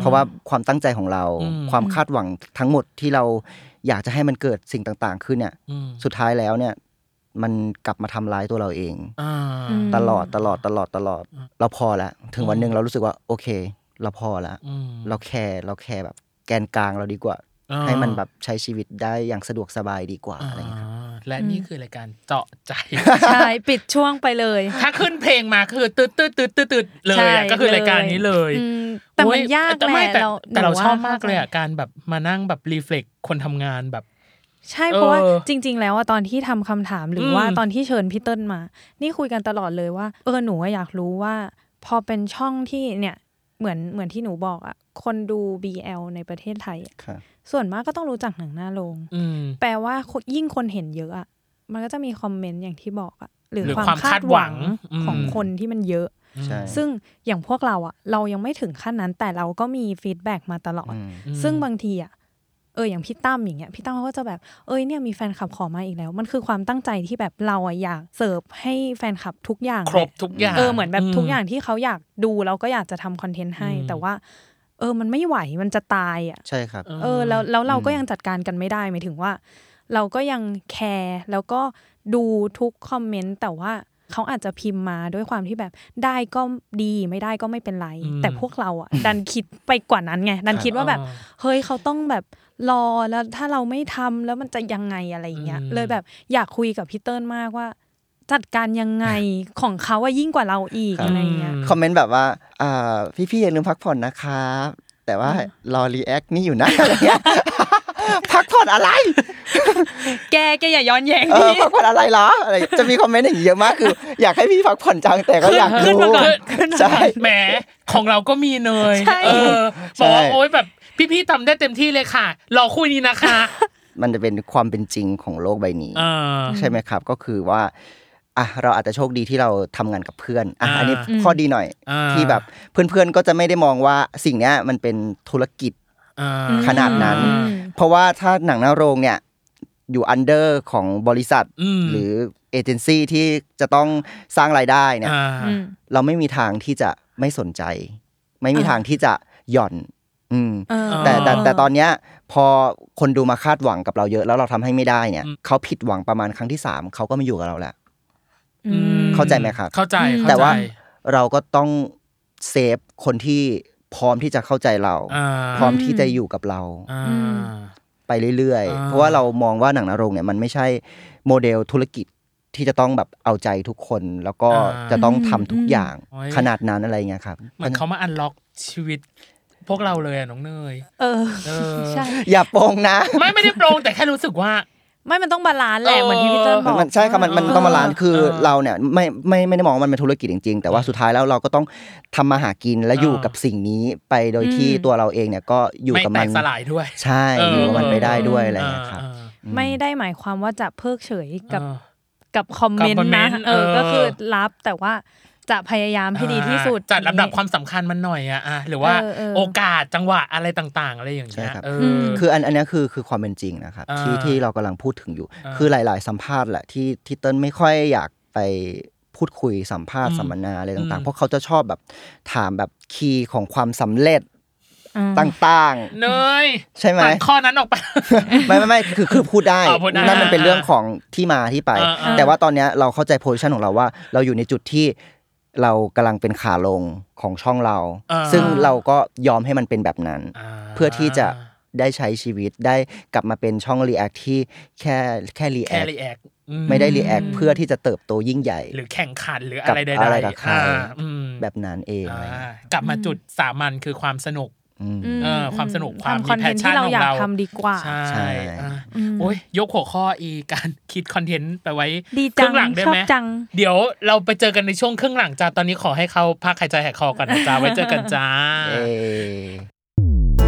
S3: เพราะว่าความตั้งใจของเรา
S1: อืม
S3: ความคาดหวังทั้งหมดที่เราอยากจะให้มันเกิดสิ่งต่าง ๆ ขึ้นเนี่ย
S1: อืม
S3: สุดท้ายแล้วเนี่ย มันกลับมาทำร้ายตัวเราเอง
S1: อ่า
S2: อืม
S3: ตลอดตลอดตลอดตลอด เราพอละถึงวันหนึ่งเรารู้สึกว่าโอเค เราพอละ
S1: อืม
S3: เราแคร์เราแคร์แบบแกนกลางเราดีกว่า
S1: อ่า
S3: ให้มันแบบใช้ชีวิตได้อย่างสะดวกสบายดีกว่าอะไรเงี้ยครับ
S1: อ่า และนี่คือรายการเจาะใจ
S2: ใช่ปิดช่วงไปเลย
S1: ถ้าขึ้นเพลงมาคือตืดตืดตืดตืดตืดเลย
S2: ใช่
S1: อะก็คือรายการนี้เลย
S2: อืมแต่
S1: โอ้
S2: มันยาก
S1: แต่ไม่
S2: แห
S1: แต่
S2: ละเรา
S1: แต่เรา
S2: หนูว่า
S1: ชอบมาก
S2: เข้าใจ
S1: เลยอะการแบบมานั่งแบบรีเฟล็กคนทำงานแบบ
S2: ใช่เพราะว่า
S1: เออ
S2: จริง ๆ แล้วอะตอนที่ทำคำถามหรืออ
S1: ม
S2: ว่าตอนที่เชิญพี่เติ้ลมา นี่คุยกันตลอดเลยว่า เออหนูอะอยากรู้ว่า พอเป็นช่องที่เนี่ยเหมือนเหมือนที่หนูบอกอะคนดู BL ในประเทศไทยอะ
S3: ครับ
S2: ส่วนมากก็ต้องรู้จักหนังหน้าโรง
S1: อืม
S2: แปลว่าคนยิ่งคนเห็นเยอะอะมันก็จะมีคอมเมนต์อย่างที่บอกอะหรือ
S1: หรือ
S2: ความ
S1: ความ
S2: คา
S1: คา
S2: ด
S1: ด
S2: ห
S1: หวั
S2: วัง
S1: งอืม
S2: ของคนที่มันเยอะ
S3: ใช่
S2: ซึ่งอย่างพวกเราอะเรายังไม่ถึงขั้นนั้นแต่เราก็มีฟีดแบ็กมาตลอด
S3: อืม
S2: ซึ่งบางทีอะเอออย่างพี่ตั้มอย่างเงี้ยพี่ตั้มเขาก็จะแบบเอ้ยเนี่ยมีแฟนคลับขอมาอีกแล้ว มันคือความตั้งใจที่แบบเราอะอยากเสิร์ฟให้แฟนคลับทุกอย่าง
S1: ครบทุกอย่าง
S2: เออเหมือนแบบทุกอย่างที่เขาอยากดูเราก็อยากจะทำคอนเทนต์ให้ แต่ว่า เออมันไม่ไหวมันจะตายอะ
S3: ใช่ครับ
S1: เออ
S2: เออแล้วแล้วเราก็ยังจัดการกันไม่ได้หมายถึงว่า เราก็ยังแคร์แล้วก็ดูทุกคอมเมนต์แต่ว่าเขาอาจจะพิมพ์มาด้วยความที่แบบได้ก็ดีไม่ได้ก็ไม่เป็นไร
S1: อืม
S2: แต่พวกเราอ่ะ ดันคิดไปกว่านั้นไง ดันคิดว่าแบบเฮ้ยเขาต้องแบบรอแล้วถ้าเราไม่ทำแล้วมันจะยังไงอะไรอย่างเงี้ยเลยแบบอยากคุยกับพี่เติ้ลมากว่า จัดการยังไง ของเขาว่ายิ่งกว่าเราอีก
S3: ครับ
S2: อะไรอย่างเงี้ย
S3: คอมเมนต์แบบว่าอ่าพี่ๆอย่าลืมพักผ่อนนะครับ แต่ว่ารอรีแอคนี่อยู่นะอะไรเงี้ย พักผ่อนอะไร
S2: แกแกอย่าย้อนแย้ง
S3: เออ
S2: ดิ
S3: พักผ่อนอะไรเหรออะไรจะมีคอมเมนต์อย่างนี้เยอะมากคือ อยากให้พี่พักผ่อนจังแต่ก็อยาก
S1: ขึ้น
S3: รู้
S1: มาก่อน
S3: ใช่
S1: แหมของเราก็มีเนย
S2: ใช่
S1: เออบอกว่า
S3: ใช่
S1: โอ๊ยแบบพี่ๆทำได้เต็มที่เลยค่ะ รอคุยนี้นะคะ
S3: มันจะเป็นความเป็นจริงของโลกใบนี้
S1: เออ
S3: ใช่ไหมครับ ก็คือว่าอ่ะเราอาจจะโชคดีที่เราทำงานกับเพื่อนอ่ะ
S1: อ่า
S3: อันนี้ข้อดีหน่อย
S1: อ่า
S3: ที่แบบเพื่อนๆก็จะไม่ได้มองว่าสิ่งเนี้ยมันเป็นธุรกิจ
S1: เออ
S3: ขนาดนั้น
S2: อืม
S3: เพราะว่าถ้าหนังหน้าโรงเนี่ยอยู่อันเดอร์ของบริษัท
S1: อืม
S3: หรือเอเจนซี่ที่จะต้องสร้างรายได้เนี่ย
S1: อ่า
S2: อืม
S3: เราไม่มีทางที่จะไม่สนใจ ไม่มีทางที่จะหย่อน อืม
S2: เออ
S3: แต่แต่แต่ตอนเนี้ยพอคนดูมาคาดหวังกับเราเยอะแล้วเราทำให้ไม่ได้เนี่ยเขาผิดหวังประมาณครั้งที่สามเขาก็ไม่อยู่กับเราแล้ว
S2: อืม
S3: เข้าใจไหมครับ
S1: เข้าใจเข้ใจ
S3: แต่ว่าเราก็ต้องเซฟคนที่พร้อมที่จะเข้าใจเรา
S1: อ่า
S3: พร้อมที่จะอยู่กับเรา
S1: อ่า
S3: ไปเรื่อย
S1: อ่า
S3: ๆ เพราะว่าเรามองว่าหนังนรงเนี่ยมันไม่ใช่โมเดลธุรกิจที่จะต้องแบบเอาใจทุกคน แล้วก็จะต้องทำทุกอย่าง
S1: โอ้ย
S3: ขนาดนั้นอะไรเงี้ยครับ
S1: เหมือนเขามาอันล็อกชีวิต พวกเราเลยอะน้องเนย
S2: เออ
S1: เออ
S2: ใช่
S3: อย่าโปงนะ
S1: ไม่ไม่ได้โปรงแต่แค่รู้สึกว่า
S2: ไม่มันต้องบาลานซ์แห
S1: เอ
S2: ละ
S1: อ
S2: เหมือนที่พี่เติ้ลบอก
S3: มันใช่ครับมันมันต้องมาลานซ์คือ
S1: เออ
S3: เราเนี่ยไม่ไม่ไม่ได้มองว่ามันเป็นธุรกิจจริงๆ แต่ว่าสุดท้ายแล้วเราก็ต้องทำมาหากินและอยู่
S1: เออ
S3: กับสิ่งนี้ไปโดยที่ตัวเราเองเนี่ยก็อยู่
S1: ไม่
S3: กับ
S1: แต
S3: มั
S1: ก
S3: น
S1: สลายด้วย
S3: ใช่
S1: เออ
S3: อ
S1: อ
S3: ยู่กับมันไปได้ด้วยอะไรเงี้ย
S1: อ่า
S3: ครับ
S1: อ่า
S2: ไม่ได้หมายความว่าจะเพิกเฉยกับ
S1: เออ
S2: กับคอมเมน
S1: กับคอม
S2: ต์
S1: เม
S2: นะ
S1: นต์
S2: เออ
S1: เออ
S2: ก็คือรับแต่ว่าจะพยายามให้ดีที่สุด
S1: อ่าจัดลำดับความสำคัญมันหน่อยอะอ่ะหรือว่า
S2: เออเออ
S1: โอกาสจังหวะอะไรต่าง ๆ อะไรอย่างเงี้ย
S3: ใช่ครับ
S1: เออ
S3: คืออันอันเนี้ยคือคือความเป็นจริงนะครับ
S1: อ่า
S3: ที่ที่เรากำลังพูดถึงอยู่
S1: อ่า
S3: คือหลาย ๆ สัมภาษณ์แหละที่ที่เติ้ลไม่ค่อยอยากไปพูดคุยสัมภาษณ์
S1: อืม
S3: สัมมนาอะไร
S1: อื
S3: ต่าง
S1: ม
S3: ๆ เพราะเขาจะชอบแบบถามแบบคีย์ของความสำเร็จ
S2: อ่า
S3: ต่าง
S1: เนย
S3: ๆ ใช่ไหม
S1: ตัดข้อนั้นออกไป
S3: ไม่ไม่ไม่คือคือพูดได้
S1: อ๋อพูดได้
S3: นั่นมันเป็นเรื่องของที่มาที่ไป
S1: อ่าอ่า
S3: แต่ว่าตอนเนี้ยเราเข้าใจโพซิชันของเราว่า เราอยู่ในจุดที่เรากำลังเป็นขาลงของช่องเรา
S1: อ่า
S3: ซึ่งเราก็ยอมให้มันเป็นแบบนั้น
S1: อ่า
S3: เพื่อที่จะได้ใช้ชีวิตได้กลับมาเป็นช่อง React ที่แค่แค่
S1: แค่
S3: React
S1: รีแอค
S3: ไม่ได้ React เพื่อที่จะเติบโตยิ่งใหญ่
S1: หรือแข่งขันหรือ
S3: กั
S1: อะ
S3: บ
S1: ไรใดๆ
S3: อะไรกับใคร
S1: อ่าอืม
S3: แบบนั้นเองอะไร
S1: อ่า
S3: เงี้ย
S1: กลับมาจุดสามัญคือความสนุก
S3: อืม
S1: เออความสนุกความ
S2: ทำคอนเทนต์ที่เรา
S1: มี passion
S2: อยาก
S1: ของเรา
S2: ทำดีกว่า
S1: ใช่
S3: ใช่
S1: อ่ะโอ้ยยกหัวข้ออีการคิดคอนเทนต์ไปไว้
S2: ดี
S1: เค
S2: จั
S1: รื่
S2: ง
S1: หลังได้
S2: ชอ
S1: ไหม
S2: บจัง
S1: เดี๋ยวเราไปเจอกันในช่วงเครื่องหลังจ้าตอนนี้ขอให้เขาพักหายใจหายคอก่อนนะจ้าไว้เจอกันจ้า
S3: เออ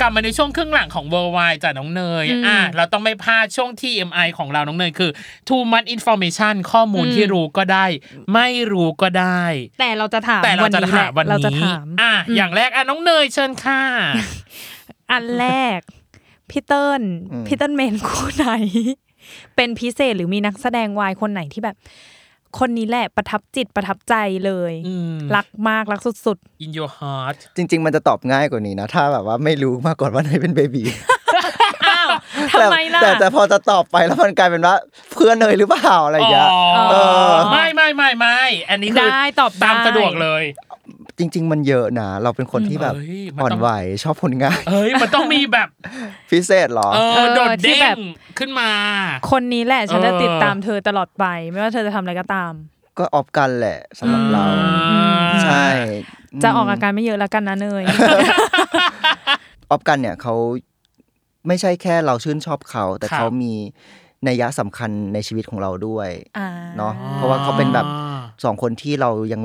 S1: กลับมาในช่วงครึ่งหลังของ Worldwide จากน้องเนย
S2: อืม
S1: อ่ะเราต้องไม่พลาดช่วงที่ MI ของเราน้องเนยคือ too much information ข้อมูลที่รู้ก็ได้ ไม่รู้ก็ได้
S2: แต่เราจะถาม
S1: แต่เราจะถามวัน
S2: แหละเราจะ
S1: นี้
S2: ถาม
S1: อ่ะอย่างแรกอ่ะน้องเนยเชิญค่ะ
S2: อันแรกพี่เติ้ล
S3: อืม
S2: พี่เติ้ลเมนคู่ไหน เป็นพิเศษหรือมีนักแสดงวายคนไหนที่แบบ คนนี้แหละประทับจิตประทับใจเลย
S1: อืม
S2: รักมากรักสุด
S1: in your heart
S3: จริง ๆ มันจะตอบง่ายกว่านี้นะ ถ้าแบบว่าไม่รู้มาก่อนว่าเนยเป็นเบบี
S2: ๆอ้าว ทำไมล่ะ
S3: แต่แต่พอจะตอบไปแล้วมันกลายเป็นว่าเพื่อนเนยหรือเปล่าอะไรอย่างเงี้ย
S1: เออ
S2: เออ
S1: ไม่ไม่ไม่ไม่อันนี้คือ
S2: ได้ตอบ
S1: ตาม
S2: ได้
S1: สะดวกเลย
S3: จริง ๆ มันเยอะนะ เราเป็นคนที่แบบ
S1: เฮ้ยมั
S3: อ่อน
S1: ต้ง
S3: ไหวชอบผลงาน
S1: เฮ้ยมันต้องมีแบบ
S3: พิเศษเหรอ
S1: เอ
S2: เอ
S1: อ
S2: อ
S1: โดด
S2: ที่
S1: เด้
S2: แบบ
S1: งขึ้นมา
S2: คนนี้แหละฉันจะ
S1: เออ
S2: ติดตามเธอตลอดไป ไม่ว่าเธอจะทำอะไรก็ตาม
S3: ก็ออฟกันแหละสำหรับเรา
S1: อ่า
S3: ใช่
S2: จะออกอาการไม่เยอะแล้วกันนะเน ย
S3: ออฟกันเนี่ยเขาไม่ใช่แค่เราชื่นชอบเขา แต่
S1: ครับ
S3: เขามีนัยยะสำคัญในชีวิตของเราด้วย
S2: อ่า
S3: เนาะเพราะว่าเขาเป็นแบบสองคนที่เรายัง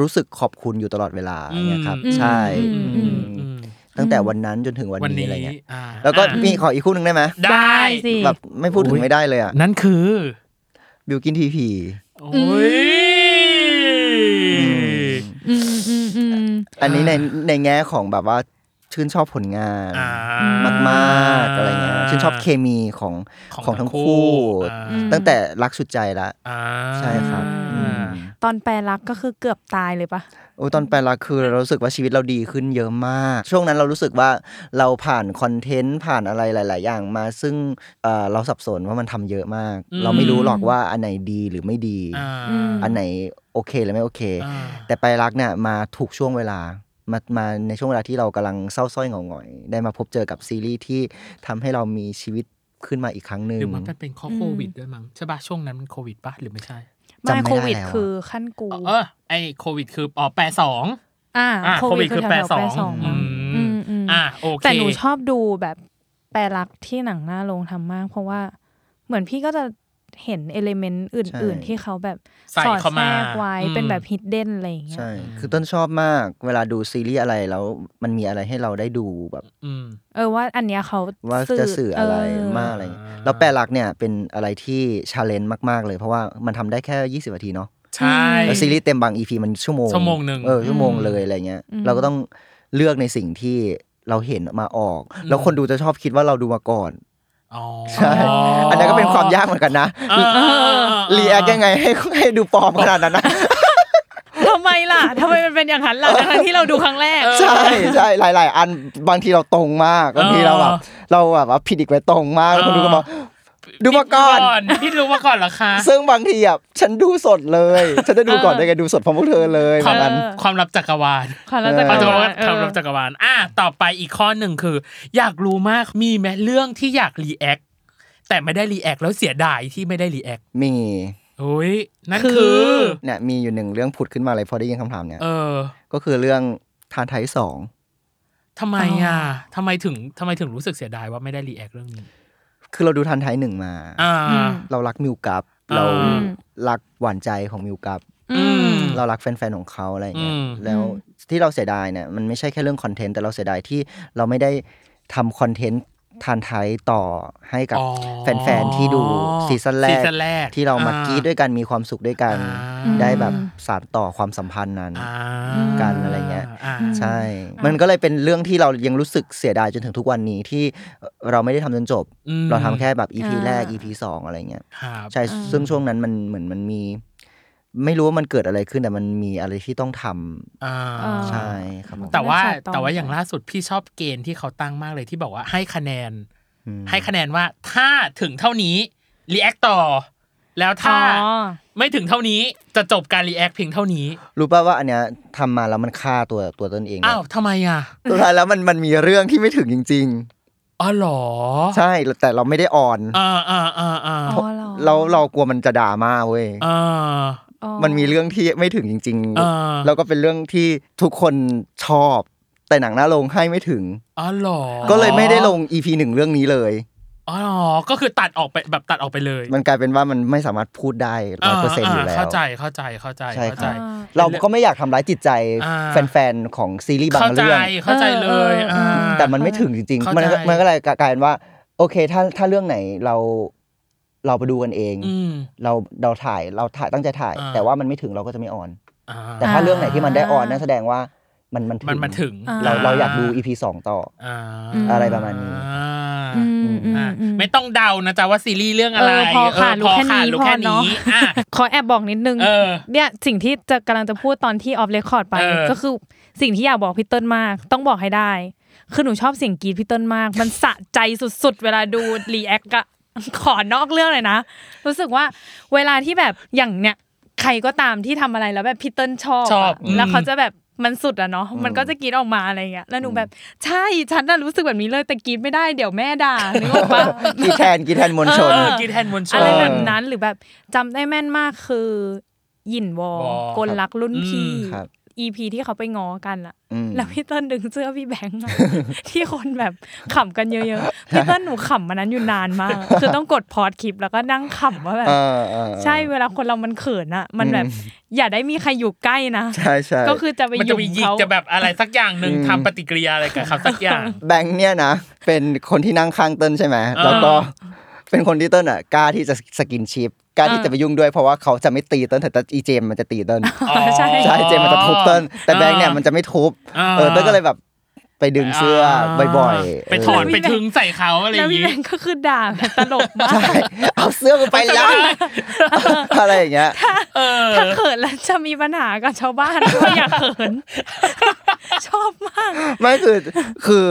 S3: รู้สึกขอบคุณอยู่ตลอดเวลาอย่างเงี้ยครับ
S1: อืม
S3: ใช่
S2: อืม
S3: อืม
S1: อืม
S3: ตั้งแต่วันนั้นจนถึงวัน
S1: วัน
S3: นี้
S1: นี้
S3: อะไรเงี้ย
S1: อ่า
S3: แล้วก็
S1: อ่ะ
S3: มีขออีกคู่หนึ่งได้ไหม
S1: ได้
S2: สิ
S3: แบบไม่พูดถึงไม่ได้เลยอ่ะ
S1: นั่นคือ
S3: บิวกินทีพี
S1: โอ้ย
S2: อืมอืมอืม
S3: อันนี้ในในแง่ของแบบว่าชื่นชอบผลงานมากๆอะไรเงี้ยชื่นชอบเคมีของของทั้งคู่
S2: ม
S3: ตั้งแต่รักสุดใจละ
S1: อ่า
S3: ใช่ครับอืม
S2: ตอนแปลรักก็คือเกือบตายเลยปะ
S3: โอ้ยตอนไปละคือเรารู้สึกว่าชีวิตเราดีขึ้นเยอะมาก ช่วงนั้นเรารู้สึกว่าเราผ่านคอนเทนต์ผ่านอะไรหลาย ๆ อย่างมา ซึ่งเอ่อเราสับสนว่ามันทำเยอะมาก เราไม่รู้หรอกว่าอันไหนดีหรือไม่ดี
S1: อ่า
S3: อันไหนโอเคหรือไม่โอเค
S1: อ่า
S3: แต่ไปรักเนี่ยมาถูกช่วงเวลา มามาในช่วงเวลาที่เรากำลังเศร้าสร้อยเหงาหงอย ได้มาพบเจอกับซีรีส์ที่ทำให้เรามีชีวิตขึ้นมาอีกครั้งหนึ่ง
S1: หรือมันเป็นเพราะโควิดด้วยมั้งใช่ปะช่วงนั้นมันโควิดปะหรือไม่ใช่
S3: จำไม่
S2: ไม่
S3: ได้
S2: โควิด
S3: แล้วอะ
S2: คือขั้นกู
S1: เออไอโควิดคืออ๋อแปรสอง
S2: อ่า
S1: อ่ะโควิดคือแปร
S2: ถว
S1: ส
S2: ๆ
S1: องอื
S2: มั้งอื
S1: ม
S2: มอืม
S1: อ่ะโอเค
S2: แต่หนูชอบดูแบบแปลรักที่หนังหน้าโรงทำมาก เพราะว่าเหมือนพี่ก็จะเห็นเอลิเมนต์อื่น
S3: ใช่
S2: ๆ ที่เขาแบบ
S1: ใส่
S2: สอด
S1: เข้า
S2: แทร
S1: มาก
S2: ไว้
S1: อืม
S2: เป็นแบบฮิดเด้นอะไรอย่างเงี้ย
S3: ใช่ คือต้นชอบมาก เวลาดูซีรีส์อะไรแล้วมันมีอะไรให้เราได้ดูแบบ
S1: อืม
S2: เออว่าอันเนี้ยเขา
S3: ว่าจะสื่ออะไรมากอะไรอย่างเงี้ยแล้วแปลหลักเนี่ยเป็นอะไรที่ชาเลนจ์มาก ๆ เลยเพราะว่ามันทำได้แค่ 20 นาทีเนาะ
S1: ใช่
S3: แล้วซีรีส์เต็มบาง EP มันชั่วโมง
S1: ชั่วโมงหนึ่ง
S3: เออชั่วโมงเลยอะไรเงี้ยเราก็ต้องเลือกในสิ่งที่เราเห็นมาออก แล้วคนดูจะชอบคิดว่าเราดูมาก่อน
S1: อ๋อ
S3: ใช่ อันนั้นก็เป็นความยากเหมือนกันนะ
S1: เออเออเออ
S3: รีแอคยังไงให้ให้ดูปลอมขนาดนั้นนะ
S2: ทำไมล่ะทำไมมันเป็นอย่างนั้นล่ะทั้งที่เราดูครั้งแรก
S3: ใช่ใช่หลาย ๆ อันบางทีเราตรงมากบางทีเราแบบเราแบบว่าผิดอีกไปตรงมากแล้วคนดูก็บอกดูมาก่อน
S1: พี่ดูมาก่อนเหรอคะ
S3: ซึ่งบางทีอ่ะฉันดูสดเลย ฉันจะดูก่อนได้ไงดูสดพร้อมพวกเธอเลย
S1: ความ
S3: แบบนั้น
S1: ความลับจักรวาล
S2: ขอแล้วจะ
S3: เออ
S1: ค
S2: ก
S1: วามลั
S2: ลับมา
S1: บ
S2: เออ
S1: ความลับจักรวาลอ่ะต่อไปอีกข้อหนึ่งคือ อยากรู้มากมีไหมเรื่องที่อยากรีแอคแต่ไม่ได้รีแอคแล้วเสียดายที่ไม่ได้รีแอค
S3: มี
S1: โอ้ยนั่น
S2: คื
S1: คือ อ
S3: เนี่ยมีอยู่หนึ่งเรื่องผุดขึ้นมาเลยพอได้ยินคำถามเนี่ย
S1: เออ
S3: ก็คือเรื่องทานไทยสอง
S1: ทำไมอ่ะทำไมถึงทำไมถึงรู้สึกเสียดายว่าไม่ได้รีแอคเรื่องนี้
S3: คือเราดูทานไทยหนึ่งมา
S1: อ่า
S3: เรารักมิวกับ
S1: อ่า
S3: เรารักหวานใจของมิวกับ
S1: อืม
S3: เรารักแฟนๆของเขาอะไรอย่างเงี้ย
S1: อืม
S3: แล้วที่เราเสียดายเนี่ยมันไม่ใช่แค่เรื่องคอนเทนต์แต่เราเสียดายที่เราไม่ได้ทำคอนเทนต์ทานไทยต่อให้กับ
S1: อ๋อ
S3: แฟนๆที่ดูซีซั่นแร
S1: ซี
S3: ก
S1: ซั่นแรก
S3: ที่เรามา
S1: อ่
S3: กรีดด้วยกันมีความสุขด้วยกัน
S1: อ่า
S3: ได้แบบสานต่อความสัมพันธ์นั้น
S1: อ่า
S3: กันอะไรเงี้ย
S1: อ่า
S3: ใช่ มันก็เลยเป็นเรื่องที่เรายังรู้สึกเสียดายจนถึงทุกวันนี้ที่เราไม่ได้ทำจนจบ
S1: อืม
S3: เราทำแค่แบบ EP
S2: อ่า
S3: แรก EP สองอะไรเงี้ย
S1: ครับ
S3: ใช่ซึ่งช่วงนั้นมันเหมือนมันมี ไม่รู้ว่ามันเกิดอะไรขึ้นแต่มันมีอะไรที่ต้องทำ
S1: อ่า
S2: อ่า
S3: ใช่ครับผม
S1: แต่ว่า
S2: และขาดตอน
S1: แต่ว่า
S2: ไป
S1: อย่างล่าสุดพี่ชอบเกณฑ์ที่เขาตั้งมากเลยที่บอกว่าให้คะแนน
S3: อืม
S1: ให้คะแนนว่าถ้าถึงเท่านี้รีแอคต่อ แล้วถ้า
S2: อ๋อ
S1: ไม่ถึงเท่านี้จะจบการรีแอคเพียงเท่านี้
S3: รู้ป่าวว่าอันเนี้ยทำมาแล้วมันฆ่าตัวตัวตนเอง
S1: อ้าวทำไมอ่ะ
S3: สุดท้ายแล้วมันมันมีเรื่องที่ไม่ถึงจริง
S1: อ๋อเหรอ
S3: ๆ ใช่แต่เราไม่ได้อ่อน
S1: อ่าอ่าอ่าอ่า
S2: อ๋อเหรอ
S3: เราเรากลัวมันจะด่ามาเว้ย
S1: อ่า
S2: อ๋อ
S3: มันมีเรื่องที่ไม่ถึงจริง
S1: อ่า
S3: ๆ แล้วก็เป็นเรื่องที่ทุกคนชอบ แต่หนังหน้าลงให้ไม่ถึง
S1: อ๋อเหรอ
S3: ก็เลยไม่ได้ลง EP หนึ่งเรื่องนี้เลย
S1: อ๋อก็คือตัดออกไปแบบตัดออกไปเลย
S3: มันกลายเป็นว่ามันไม่สามารถพูดได้ร้อยเปอร์เซ็นต์อยู่แล้
S1: าว เข้าใจเข้าใจเข้าใจ
S3: ใช่ครับ
S1: เข้าใจ
S3: เราก็ไม่อยากทำร้ายจิตใจ
S1: อ่า
S3: แฟนๆของซีรีส์บาง
S1: เข้าใจ
S3: เรื่อง
S1: เข้าใจเลย
S2: เออเอออ่
S1: า
S3: แต่มันไม่ถึงจริง
S1: เข้า
S3: ๆ
S1: ใจ
S3: มันก็มันก็เลยกลายเป็นว่า โอเคถ้าถ้าเรื่องไหนเราเราไปดูกันเอง
S1: อืม
S3: เราเราถ่ายเราถ่ายตั้งใจถ่าย
S1: อ่า
S3: แต่ว่ามันไม่ถึงเราก็จะไม่ออน
S1: อ่า
S3: แต่ถ้าเรื่องไหนที่มันได้ออนนั่นแสดงว่ามันมัน
S1: มันมาถึง
S3: เราเราอยากดู EP สองต่อ
S1: อ่า
S3: อะไรประมาณนี้
S1: อ่า
S2: อืมอืม
S1: อ่า
S2: อืม
S1: ไม่ต้องเดานะจ๊ะว่าซีรีส์เรื่องอะไร
S2: เออพอค่ะ
S1: เ
S2: รู้แค่นี้
S1: รู้
S2: พอ
S1: แค่
S2: เน
S1: นี้
S2: อะ
S1: อ่ะ
S2: ขอแอบบอกนิดนึง
S1: เออ
S2: เนี่ยสิ่งที่จะกำลังจะพูดตอนที่ออฟเรคคอร์ดไป
S1: เออ
S2: ก็คือสิ่งที่อยากบอกพี่เติ้ลมาก ต้องบอกให้ได้ คือหนูชอบเสียงกรีดพี่เติ้ลมาก มันสะใจสุดๆ เวลาดูรีแอคอะ ขอนอกเรื่องเลยนะ รู้สึกว่าเวลาที่แบบอย่างเนี่ย ใครก็ตามที่ทำอะไรแล้วแบบพี่เติ้ลชอบะ
S1: ชอบอืม
S2: แล้วเขาจะแบบมันสุดอะเนาะมันก็จะกรีดออกมาอะไรอย่างเงี้ยแล้วหนูแบบใช่ฉันน่ะรู้สึกแบบนี้เลยแต่กรีดไม่ได้เดี๋ยวแม่ด่านึกออกปะ
S3: กีแทนกีแทนมวลชน
S1: เออกินแทนมวลช
S2: อะ
S1: น
S2: ไรแบบนั้นหรือแบบจำได้แม่นมากคือหยินวอ
S1: วอก
S2: ลรักรุ่นพี่
S3: อืมครับ
S2: อีพีที่เขาไปง้อกันอะ
S3: ม
S2: แล้วพี่เต้นดึงเสื้อพี่แบงค์อะ ที่คนแบบขำกันเยอะๆพี่เต้นหนูขำมันนั้นอยู่นานมาก คือต้องกดพอดคลิปแล้วก็นั่งขำว่าแบบ
S3: เออเออเออ
S2: ใช่เวลาคนเรามันเขินอะมันแบบ
S3: อืม อย่
S2: าได้มีใครอยู่ใกล้นะ
S3: ใช่ใช่
S2: ก็คือจะไป
S1: มัน
S2: ห
S1: จะ
S2: ยุ่ม
S1: มีหยิก
S2: เขา
S1: จะแบบอะไรสักอย่างหนึ่งทำปฏิกิริยาอะไรกับเขาสักอย่าง
S3: แบงค์เนี่ยนะ เป็นคนที่นั่งข้างเติ้ลใช่ไหม
S1: เออ
S3: แล้วก็เป็นคนที่เติ้ลอ่ะกล้าที่จะสกินชิปกล้าที่
S2: อ่า
S3: จะไปยุ่งด้วยเพราะว่าเขาจะไม่ตีเติ้ลแต่อีเจมมันจะตีเติ้ล
S1: อ๋อ
S2: ใช่
S3: ใช่เจมมันจะทุบเติ้ลแต่แบงค์เนี่ยมันจะไม่ทุบ
S1: อ่า
S3: เออเติ้ลก็เลยแบบไปดึงเสื้อบ่อยๆ
S1: ไปถอน
S3: เ
S1: ไปถึงใส่เขาอะไรอ
S2: แล้
S1: ย่า
S2: ว
S1: ง
S2: พี่
S1: งี้
S2: แบงค์ก็คือด่าแบบตลกมาก
S3: ใช่เอาเสื้อกูไปแล้ว อะไรอย่างเงี้ย
S2: ถ้าเขินแล้วจะมีปัญหากับชาวบ้าน ก็อยากเขิน ชอบมาก
S3: ไม่คือคือ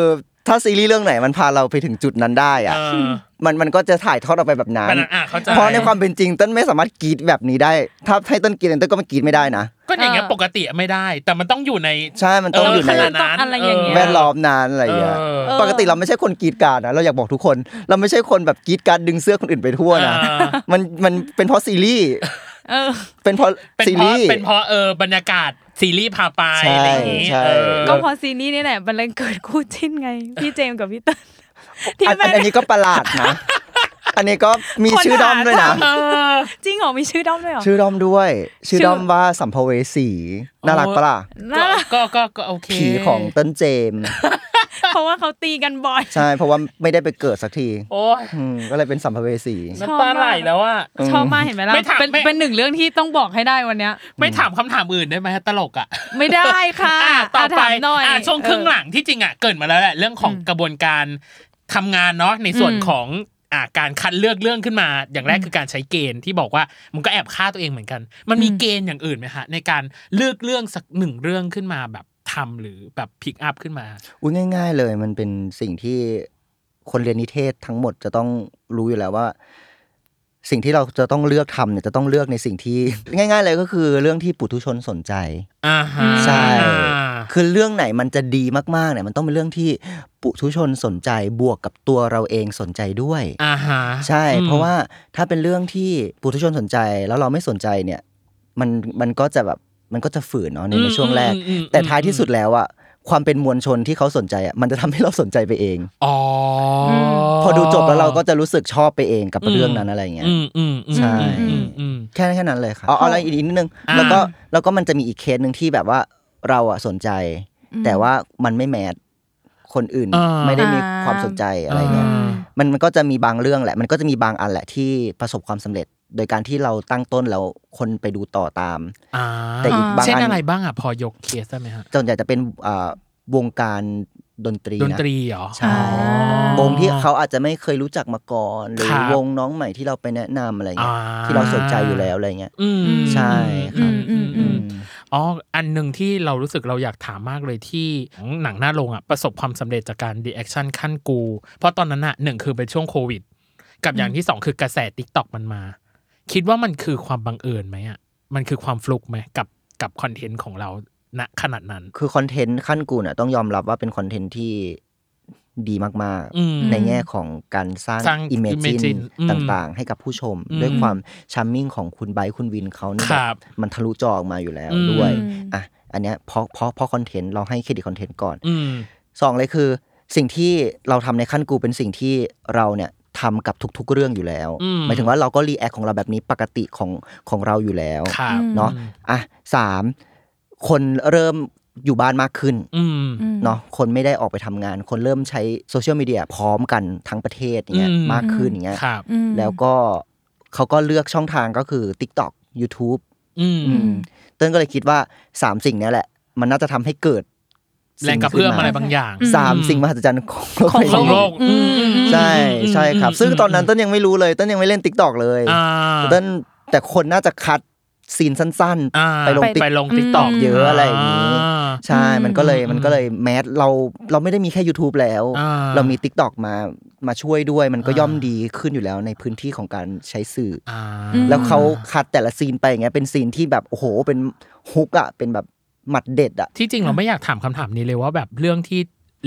S3: ถ้าซีรีส์เรื่องไหนมันพาเราไปถึงจุดนั้นได้อ่ะ
S1: เออ
S3: มันมันก็จะถ่ายทอดออกไปแบบนั้น
S1: แบบนั้นอ่ะเข้าใจ
S3: เพราะในความเป็นจริงเต้นไม่สามารถกรีดแบบนี้ได้ ถ้าให้เต้นกรีดเต้นก็ไม่กรีดไม่ได้นะ
S1: ก็อย่างเงี้ย
S2: เออ
S1: ปกติไม่ได้ แต่มันต้องอยู่ใน
S3: ใช่มันต้อง
S1: เออ
S3: อยู่
S1: ข
S3: ใน
S1: นาดนั้น
S2: อะไรอย่างเงี้ย
S3: แวดล้อมนานอะไรอย่างเงี้ย
S1: เออ
S3: ปกติเราไม่ใช่คนกรีดการดนะเราอยากบอกทุกคน เราไม่ใช่คนแบบกรีดการดดึงเสื้อคนอื่นไปทั่วนะ
S1: อ่า
S3: มันมันเป็นเพราะซีรีส์
S2: เออ
S3: เป็นเพราะ
S1: เป็น
S3: ซี
S1: เพราะ
S3: รีส์
S1: เป็นเพราะเออบรรยากาศซีรีส์พาไป
S3: ใช่
S1: อะไรอย่างงี้
S3: ใช่
S1: เออ
S2: ก็พอซีนี้นี่แหละมันเลยเกิดคู่จิ้นไง พี่เจมส์กับพี่เติ้ล ที่
S3: อัน
S2: แม่ง
S3: อันนี้ก็ประหลาดนะ อันนี้ก็มีชื่อด้อมด้วย
S2: ค
S3: นะ
S2: นหาจริงเหรอมีชื่อด้อมด้วยเหรอ
S3: ชื่อด้อมด้วย ชื่อ
S2: ชื่อ
S3: ด้อมว่าสัมภเวสีน่ารักปะล่ะ
S2: น่า
S1: ก็ก็ก็โอเค
S3: ผีของเต้นเจมส์
S2: เพราะว่าเขาตีกันบ่อย
S3: ใช่เพราะว่าไม่ได้ไปเกิดสักที
S1: โอ้ย
S3: อืมก็เลยเป็นสัมภเวสี
S1: น้ำตาไหลแล้วอ่ะ
S2: ชอบมากเห็นไหมล่ะ
S1: ไม่ถาม
S2: เป็น
S1: ไม่
S2: เป็นหนึ่งเรื่องที่ต้องบอกให้ได้วันเนี้ย
S1: ไม่ถามคำถามอื่นได้ไหมตลกอ่ะ
S2: ไม่ได้ค่ะ
S1: อ่ะต่อไป
S2: ะถามหน่อย
S1: อ่ะช่วงครึ่งหลังที่จริงอ่ะเกริดมาแล้วแหละเรื่องของกระบวนการทำงานเนาะในส่วนของอ่ะการคัดเลือกเรื่องขึ้นมา อย่างแรกคือการใช้เกณฑ์ที่บอกว่ามันก็แอบฆ่าตัวเองเหมือนกัน มันมีเกณฑ์อย่างอื่นไหมฮะในการเลือกเรื่องสักหนึ่งเรื่องขึ้นมาแบบทำหรือแบบพิกอัพขึ้นมา
S3: อุ้ยง่าย ๆ เลยมันเป็นสิ่งที่คนเรียนนิเทศทั้งหมดจะต้องรู้อยู่แล้วว่า สิ่งที่เราจะต้องเลือกทำเนี่ยจะต้องเลือกในสิ่งที่ ง่าย ๆ เลยก็คือเรื่องที่ปุถุชนสนใจ
S1: อ่าฮะ
S3: ใช่
S1: อ่า
S3: คือเรื่องไหนมันจะดีมากๆเนี่ยมันต้องเป็นเรื่องที่ปุถุชนสนใจบวกกับตัวเราเองสนใจด้วย
S1: อ่าฮะ
S3: ใช่
S1: อืม
S3: เพราะว่าถ้าเป็นเรื่องที่ปุถุชนสนใจแล้วเราไม่สนใจเนี่ย มันมันก็จะแบบมันก็จะฝืนเนาะในในช่วงแรก
S1: อืมอืมอืม
S3: แต่ท้ายที่สุดแล้วอะความเป็นมวลชนที่เขาสนใจอะมันจะทำให้เราสนใจไปเอง
S1: อ๋ออ
S3: พอดูจบแล้วเราก็จะรู้สึกชอบไปเองกับเรื่องนั้นอะไรเงี้ย
S1: อืมอืมอืม
S3: ใช่
S1: อืมอืม
S3: แค่แค่นั้นเลยครับอ๋ออะไรอีกนิดนึง
S1: อ่า
S3: แล้วก็แล้วก็มันจะมีอีกเคสหนึ่งที่แบบว่าเราอะสนใจ แต่ว่ามันไม่แมทคนอื่นไม่ได้มีความสนใจอะไรเงี้ย มันมันก็จะมีบางเรื่องแหละ มันก็จะมีบางอันแหละที่ประสบความสำเร็จ โดยการที่เราตั้งต้นแล้วคนไปดูต่อตาม
S1: อ่า
S3: แต่อีกบาง
S1: เช่น
S3: อัน
S1: อะไรบ้างอ่ะ พอยกเคสได้ไหมฮะ
S3: ส่วนใหญ่จะเป็นอ่าวงการดนตรี
S1: ดน
S3: นะ
S1: ตรีเหรอ
S3: ใช่วงที่เขาอาจจะไม่เคยรู้จักมาก่อน หรือ
S1: ครับ
S3: วงน้องใหม่ที่เราไปแนะนำอะไรเงี้ย
S1: อ่า
S3: ที่เราสนใจอยู่แล้วอะไรเงี้ย
S1: อืม
S3: ใช่ครับ
S1: อืมอืมอืม
S3: อืม
S1: อ๋อ อันหนึ่งที่เรารู้สึกเราอยากถามมากเลยที่หนังหน้าโรงอ่ะ ประสบความสำเร็จจากการดีแอคชั่นขั้นกู เพราะตอนนั้นอ่ะหนึ่งคือเป็นช่วงโควิด กับอย่างที่สองคือกระแสติ๊กต็อกมันมา คิดว่ามันคือความบังเอิญไหมอ่ะ มันคือความฟลุกไหมกับกับคอนเทนต์ของเราณขนาดนั้น
S3: คือคอนเทนต์ขั้นกูน่ะต้องยอมรับว่าเป็นคอนเทนต์ที่ดีมาก
S1: อืม
S3: ๆ ในแง่ของการสร้าง
S1: สร้าง
S3: อิมเมจิน
S1: imagine อืม
S3: ต่างๆ ให้กับผู้ชม
S1: อืม
S3: ด้วยความชัมมิ่งของคุณไบร์ทคุณวินเขาเนี่ย
S1: ครับ
S3: มันทะลุจอออกมาอยู่แล้ว
S1: อืม
S3: ด้วย
S2: อืม
S3: อ่ะอันเนี้ยเพราะเพราะเพราะคอนเทนต์เราให้เครดิตคอนเทนต์ก่อน
S1: อืม
S3: สองเลยคือ สิ่งที่เราทำในขั้นกูเป็นสิ่งที่เราเนี่ย ทำกับทุก ๆ เรื่องอยู่แล้ว
S1: อืม
S3: หมายถึงว่าเราก็รีแอคของเราแบบนี้ปกติของของเราอยู่แล้ว
S1: ครับ
S3: เนาะ
S1: อืม
S3: อ่ะสามคนเริ่มอยู่บ้านมากขึ้น
S1: อืม
S2: อืม
S3: เนาะคนไม่ได้ออกไปทำงาน คนเริ่มใช้โซเชียลมีเดียพร้อมกันทั้งประเทศอย่างเงี้ย
S1: อืม
S3: มากขึ้นอย่างเงี้ย
S1: ครับ
S2: อืม
S3: แล้วก็เขาก็เลือกช่องทางก็คือ TikTok YouTube
S1: อืม
S3: อืมเต้นก็เลยคิดว่าสามสิ่งเนี้ยแหละ มันน่าจะทำให้เกิด
S1: แรงกระ
S3: สิ่
S1: เพื่อม
S3: ขึ้น
S1: อะไรบางอย่าง
S3: สามสิ่งมหัศจรรย์ของโลก
S2: ของ
S3: ใบนี้
S1: ของโลก
S2: อืม
S1: อืมอืม
S3: ใช่
S1: อืม
S3: ใช่ครับ ซึ่งตอนนั้น
S1: ม
S3: เต้นยังไม่รู้เลยเต้นยังไม่เล่น TikTok เลย
S1: อ่า
S3: เต้นแต่คนน่าจะคัดซีนสั้น
S1: อ่า
S3: ไปลง
S1: ไปลงติ๊กตอก
S3: TikTok เยอะอะไรอย่างนี้ ใช่ มันก็เลย
S1: อืม
S3: มันก็เลยแมสเราเราไม่ได้มีแค่ YouTube แล้ว
S1: อ่า
S3: เรามี Tik t o อกมามาช่วยด้วย มันก็
S1: อ่า
S3: ย่อมดีขึ้นอยู่แล้วในพื้นที่ของการใช้สื่ออ
S1: อ่า
S3: แล้วเขาคัดแต่ละซีนไปอย่างเงี้ยเป็นซีนที่แบบโอ้โหเป็นฮุกอะเป็นแบบหมัดเด็ดอะ
S1: ที่จริงเราไม่อยากถามคำถามนี้เลยว่าแบบเรื่องที่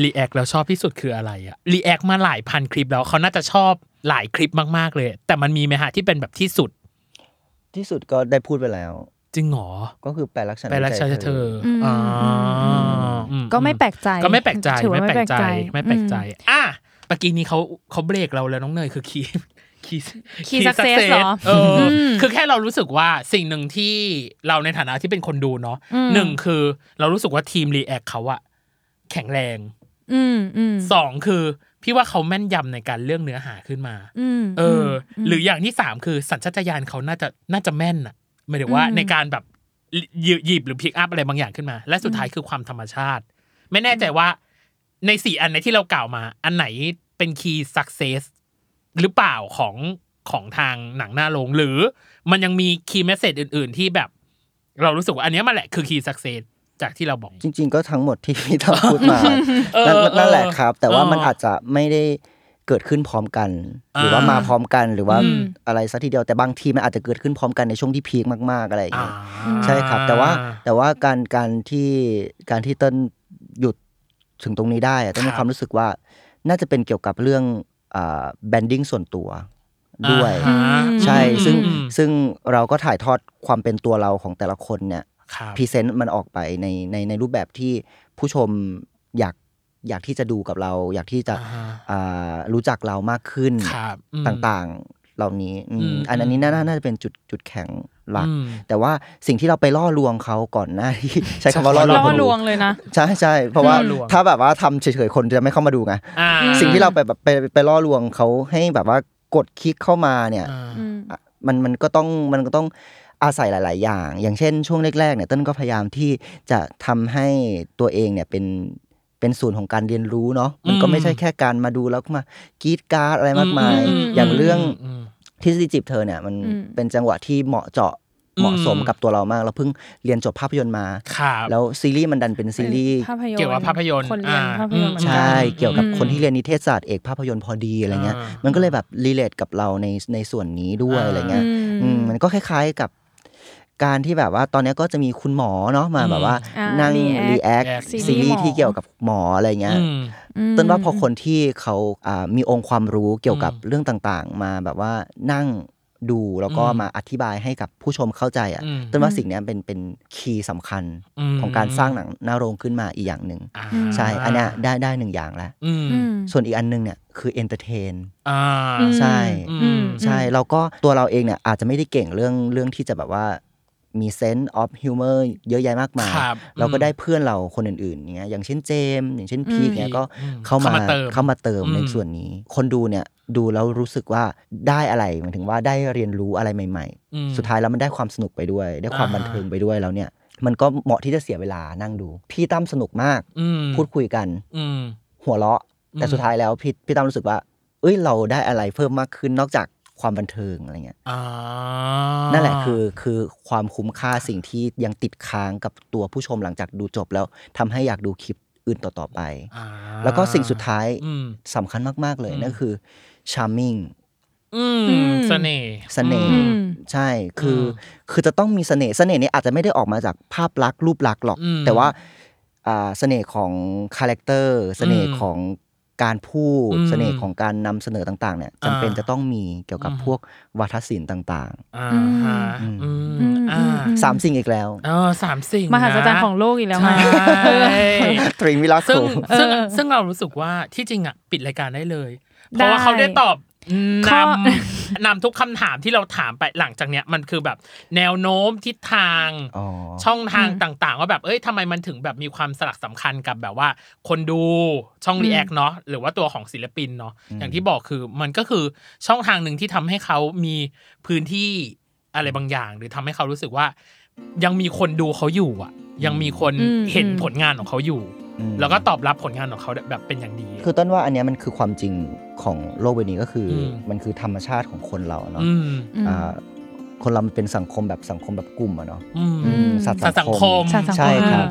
S1: รีแอคแล้วชอบที่สุดคืออะไรอะรีแอคมาหลายพันคลิปแล้วเขาน่าจะชอบหลายคลิปมากๆเลย แต่มันมีไหมฮะที่เป็นแบบที่สุด
S3: ที่สุดก็ได้พูดไปแล้ว
S1: จริงเหรอ
S3: ก็คือแปลรักฉัน
S1: ไปรักชาเธอ
S2: อืม
S1: อ๋ออืมอื
S2: ก็ไม่แปลกใจ
S1: ก็ไม่แปลกใจ
S2: ถือว่า
S1: ไม่แปลกใจ
S2: ไม่
S1: ไม่
S2: แป
S1: แป
S2: ล
S1: ล
S2: ก
S1: ก
S2: ใจ
S1: ใจอ่ะปกี้นี้เขาเขาเบรกเราแล้วน้องเนยคือคีคี
S2: Key success เหรอ
S1: เอออ
S2: ม
S1: คือแค่เรารู้สึกว่าสิ่งหนึ่งที่เราในฐานะที่เป็นคนดูเนาะหนึ่งคือเรารู้สึกว่าทีมรีแอคเขาอะแข็งแรง
S2: อืมอืม
S1: สองคือ พี่ว่าเขาแม่นยำในการเรื่องเนื้อหาขึ้นมา
S2: อืม
S1: เอออ หรืออย่างที่สามคือสัญชาตญาณเขาน่าจะน่าจะแม่นอะหมายถึงว่า
S2: อืม
S1: ในการแบบหยิหยิบหรือพิกอัพอะไรบางอย่างขึ้นมา และสุดท้ายคือความธรรมชาติ ไม่แน่ใจว่าในสี่อันในที่เรากล่าวมา อันไหนเป็นคีย์สักเซสหรือเปล่าของของทางหนังหน้าโรงหรือมันยังมีคีย์เมสเซจอื่น ๆ ที่แบบ เรารู้สึกว่าอันเนี้ยมันแหละคือคีย์สักเซสจากที่เราบอก
S3: จริง ๆ ก็ทั้งหมดที่พี่ต้องพูดมา
S1: เออเออ
S3: นั่นนั่นแหละครับ แต่ว่า
S1: เออ
S3: มันอาจจะไม่ได้เกิดขึ้นพร้อมกัน หรือว่า
S1: อ่าม
S3: มาพร้อมกันหรือว่า
S1: อืม
S3: อะไรสักทีเดียวแต่บางทีมันอาจจะเกิดขึ้นพร้อมกันในช่วงที่พีคมากๆอะไรอย่าง
S1: อ่า
S3: เงี้ย ใช่ครับ แต่ว่าแต่ว่าการการที่การที่เต้นหยุดถึงตรงนี้ได้อะต้นมี
S1: ครับ
S3: ความรู้สึกว่าน่าจะเป็นเกี่ยวกับเรื่องแบนดิ้งส่วนตัวด้วย
S1: อ่าฮะ
S3: ใช่ซึ่ง
S1: อืม
S3: ซึ่งเราก็ถ่ายทอดความเป็นตัวเราของแต่ละคนเนี่ย
S1: ครับ
S3: พรีเซนต์มันออกไปในในในรูปแบบที่ผู้ชมอยากอยากที่จะดูกับเรา อยากที่จะ
S1: อ่าฮะ
S3: อ่ารู้จักเรามากขึ้น
S1: ครับอืม
S3: ต่างๆเหล่านี้อืม
S1: อืม
S3: อันอันนี้
S1: อืม
S3: น่าน่าจะเป็นจุดจุดแข็งหลัก
S1: อืม
S3: แต่ว่าสิ่งที่เราไปล่อลวงเขาก่อนหน้าที่ ใช้คำว่าล่อลวง
S2: ล่อ
S3: คน
S2: ล
S3: ดู
S2: วงเลยนะ
S3: ใช่ใช่เพราะว่า
S1: ล่อลวง
S3: ถ้าแบบว่าทำเฉยๆคนจะไม่เข้ามาดูไง
S1: อ่า
S3: สิ่งที่เราไปแบบไปไปล่อลวงเขาให้แบบว่ากดคลิกเข้ามาเนี่ย
S1: อ่า
S2: อืม
S3: มันมันก็ต้องมันก็ต้องอาศัยหลาย ๆ อย่าง อย่างเช่น ช่วงแรก ๆ เนี่ยเต้นก็พยายามที่จะทำให้ตัวเองเนี่ยเป็นเป็นศูนย์ของการเรียนรู้เนาะมันก็ไม่ใช่แค่การมาดูแล้วก็มากรีดกราร์ดอะไรมากมาย
S1: อืมม
S3: อย่างเรื่อง
S1: ม
S3: ทฤษฎีจีบเธอเนี่ยมัน
S2: อืม
S3: เป็นจังหวะที่เหมาะเจาะเหมาะสม
S1: อืม
S3: กับตัวเรามากเราเพิ่งเรียนจบภาพยนตร์มา
S1: ครับ
S3: แล้วซีรีส์มันดันเป็นซีรีส์
S2: ภาพยนตร์
S1: เกี่ยวกับภาพยนตร์
S2: คนเรียน
S1: อ่
S2: ภาพยนตร์เหมือนกัน
S3: ใช่เกี่ยวกับ
S2: อืม
S3: คนที่เรียนนิเทศศาสตร์เอกภาพยนตร์พอดีอะไรเงี้ย
S1: อ่า
S3: มันก็เลยแบบรีเลทกับเราในในส่วนนี้ด้วยอะไรเงี้ย
S2: อืม
S3: อืมมันก็คล้ายๆกับการที่แบบว่าตอนเนี้ยก็จะมีคุณหมอเนาะมาแบบว่า
S2: อ่า
S3: นั่ง
S2: react
S3: รีแอค
S1: react
S3: ซีรีส์
S2: ซีรีส์หมอ
S3: ที่เกี่ยวกับหมออะไรเงี้ย
S1: อืม
S3: ต้นว่าพอคนที่เขาอ่ามีองค์ความรู้เกี่ยวกับเรื่องต่างๆ มาแบบว่านั่งดูแล้วก็
S1: อืม
S3: มาอธิบายให้กับผู้ชมเข้าใจอ่ะ
S1: อืม
S3: ต้นว่าสิ่งเนี้ยเป็นเป็นคีย์สำคัญ
S1: ม
S3: ของการสร้างหนังหน้าโรงขึ้นมาอีกอย่างหนึ่ง
S1: อ่า
S3: ใช่อันเนี้ยได้ได้หนึ่งอย่างแล้ว
S1: อืม
S2: อืม
S3: ส่วนอีกอันหนึงเนี่ยคือเอนเตอร์เทน
S1: อ่า
S3: ใช่
S1: อืม
S2: อืม
S3: ใช่เราก็ตัวเราเองเนี่ยอาจจะไม่ได้เก่งเรื่องเรื่องที่จะแบบว่ามีเซนส์ออฟฮิวเมอร์เยอะแยะมากมาย
S1: ครับ
S3: เราก็ได้เพื่อนเราคนอื่นๆอย่างเงี้ยอย่างเช่นเจมส์อย่างเช่นพีคเนี้ยก็
S1: อืม
S3: เข้ามา
S1: เข้ามาเติม
S3: เข้ามาเติม
S1: อืม
S3: ในส่วนนี้ คนดูเนี่ยดูแล้วรู้สึกว่าได้อะไรหมายถึงว่าได้เรียนรู้อะไรใหม่
S1: อืม
S3: ๆ สุดท้ายแล้วมันได้ความสนุกไปด้วย ได้ความ
S1: อ่าฮะ
S3: บันเทิงไปด้วยแล้วเนี่ยมันก็เหมาะที่จะเสียเวลานั่งดู พี่ตั้มสนุกมาก
S1: อืม
S3: พูดคุยกัน
S1: อืม
S3: หัวเราะ แต่
S1: อืม
S3: สุดท้ายแล้วพี่พี่ตั้มรู้สึกว่า เอ้ยเราได้อะไรเพิ่มมากขึ้นนอกจากความบันเทิงอะไรเงี้ย
S1: อ่านั่
S3: นั่นแหละคือคือความคุ้มค่าสิ่งที่ยังติดค้างกับตัวผู้ชมหลังจากดูจบแล้วทำให้อยากดูคลิปอื่นต่อ ๆ ไป แล้วก็สิ่งสุดท้าย
S1: อืม
S3: สำคัญมาก ๆ เลย
S1: อืม
S3: นั่นคือ charming
S1: อืม
S2: อืม
S1: เสน่ห์
S3: เสน่ห์
S1: อืม
S3: ใช่คืออคือจะต้องมีเสน่ห์เสน่ห์เนี่ยอาจจะไม่ได้ออกมาจากภาพลักษณ์รูปลักษณ์หรอก
S1: อืม
S3: แต่ว่าอ่าเสน่ห์ของคาแรคเตอร์เสน่ห์ของการพูด
S1: อืม
S3: เสน่ห์ของการนำเสนอต่างๆเนี่ยจำเป็น
S1: อ่า
S3: จะต้องมีเกี่ยวกับ
S1: อืม
S3: พวกวัฒนศิลป์ต่าง
S1: อ่าฮะอืมอ่า
S3: ๆสามสิ่งอีกแล้ว
S1: เออสามสิ่ง
S2: มหัศจรรย์
S1: นะ
S2: ของโลกอีกแล้วไง
S1: ใช่
S3: ตรีมิลาโค
S1: ซึ่งซึ่
S3: ล
S1: ง
S2: เออ
S1: ซึ่งเรารู้สึกว่าที่จริงอ่ะปิดรายการได้เลย เพ
S2: ได้
S1: ราะว่าเขาได้ตอบ น
S2: ข้อ
S1: ำนำทุกคำถามที่เราถามไปหลังจากเนี้ยมันคือแบบแนวโน้มทิศทาง
S3: อ๋อ
S1: ช่องทางต่างๆว่าแบบเอ้ยทำไมมันถึงแบบมีความสลักสำคัญกับแบบว่า คนดูช่องรีแอคเนาะหรือว่าตัวของศิลปินเนาะอย่างที่บอกคือมันก็คือช่องทางหนึ่งที่ทำให้เขามีพื้นที่อะไรบางอย่าง หรือทำให้เขารู้สึกว่า ยังมีคนดูเขาอยู่อ่ะ ยังมีคน
S2: อืม
S1: เห็นผลงานของเขาอยู่
S3: อืม
S1: แล้วก็ตอบรับผลงานของเขาแบบเป็นอย่างดี
S3: คือต้นว่าอันเนี้ยมันคือความจริงของโลกใบนี้ก็คืออ
S1: ม
S3: มันคือธรรมชาติของคนเราเนาะ
S1: อืม
S2: อืม
S3: อ่าคนเรามันเป็นสังคมแบบสังคมแบบกลุ่มอะเนาะ
S1: อืม
S2: อืม
S3: สัตว์
S1: สัตว์สั
S3: สั
S1: ง
S3: ง
S1: ค
S3: ค
S1: ม
S3: ม
S2: ชาติสังค
S3: ใช่
S2: ม
S3: ครับ
S2: อ่า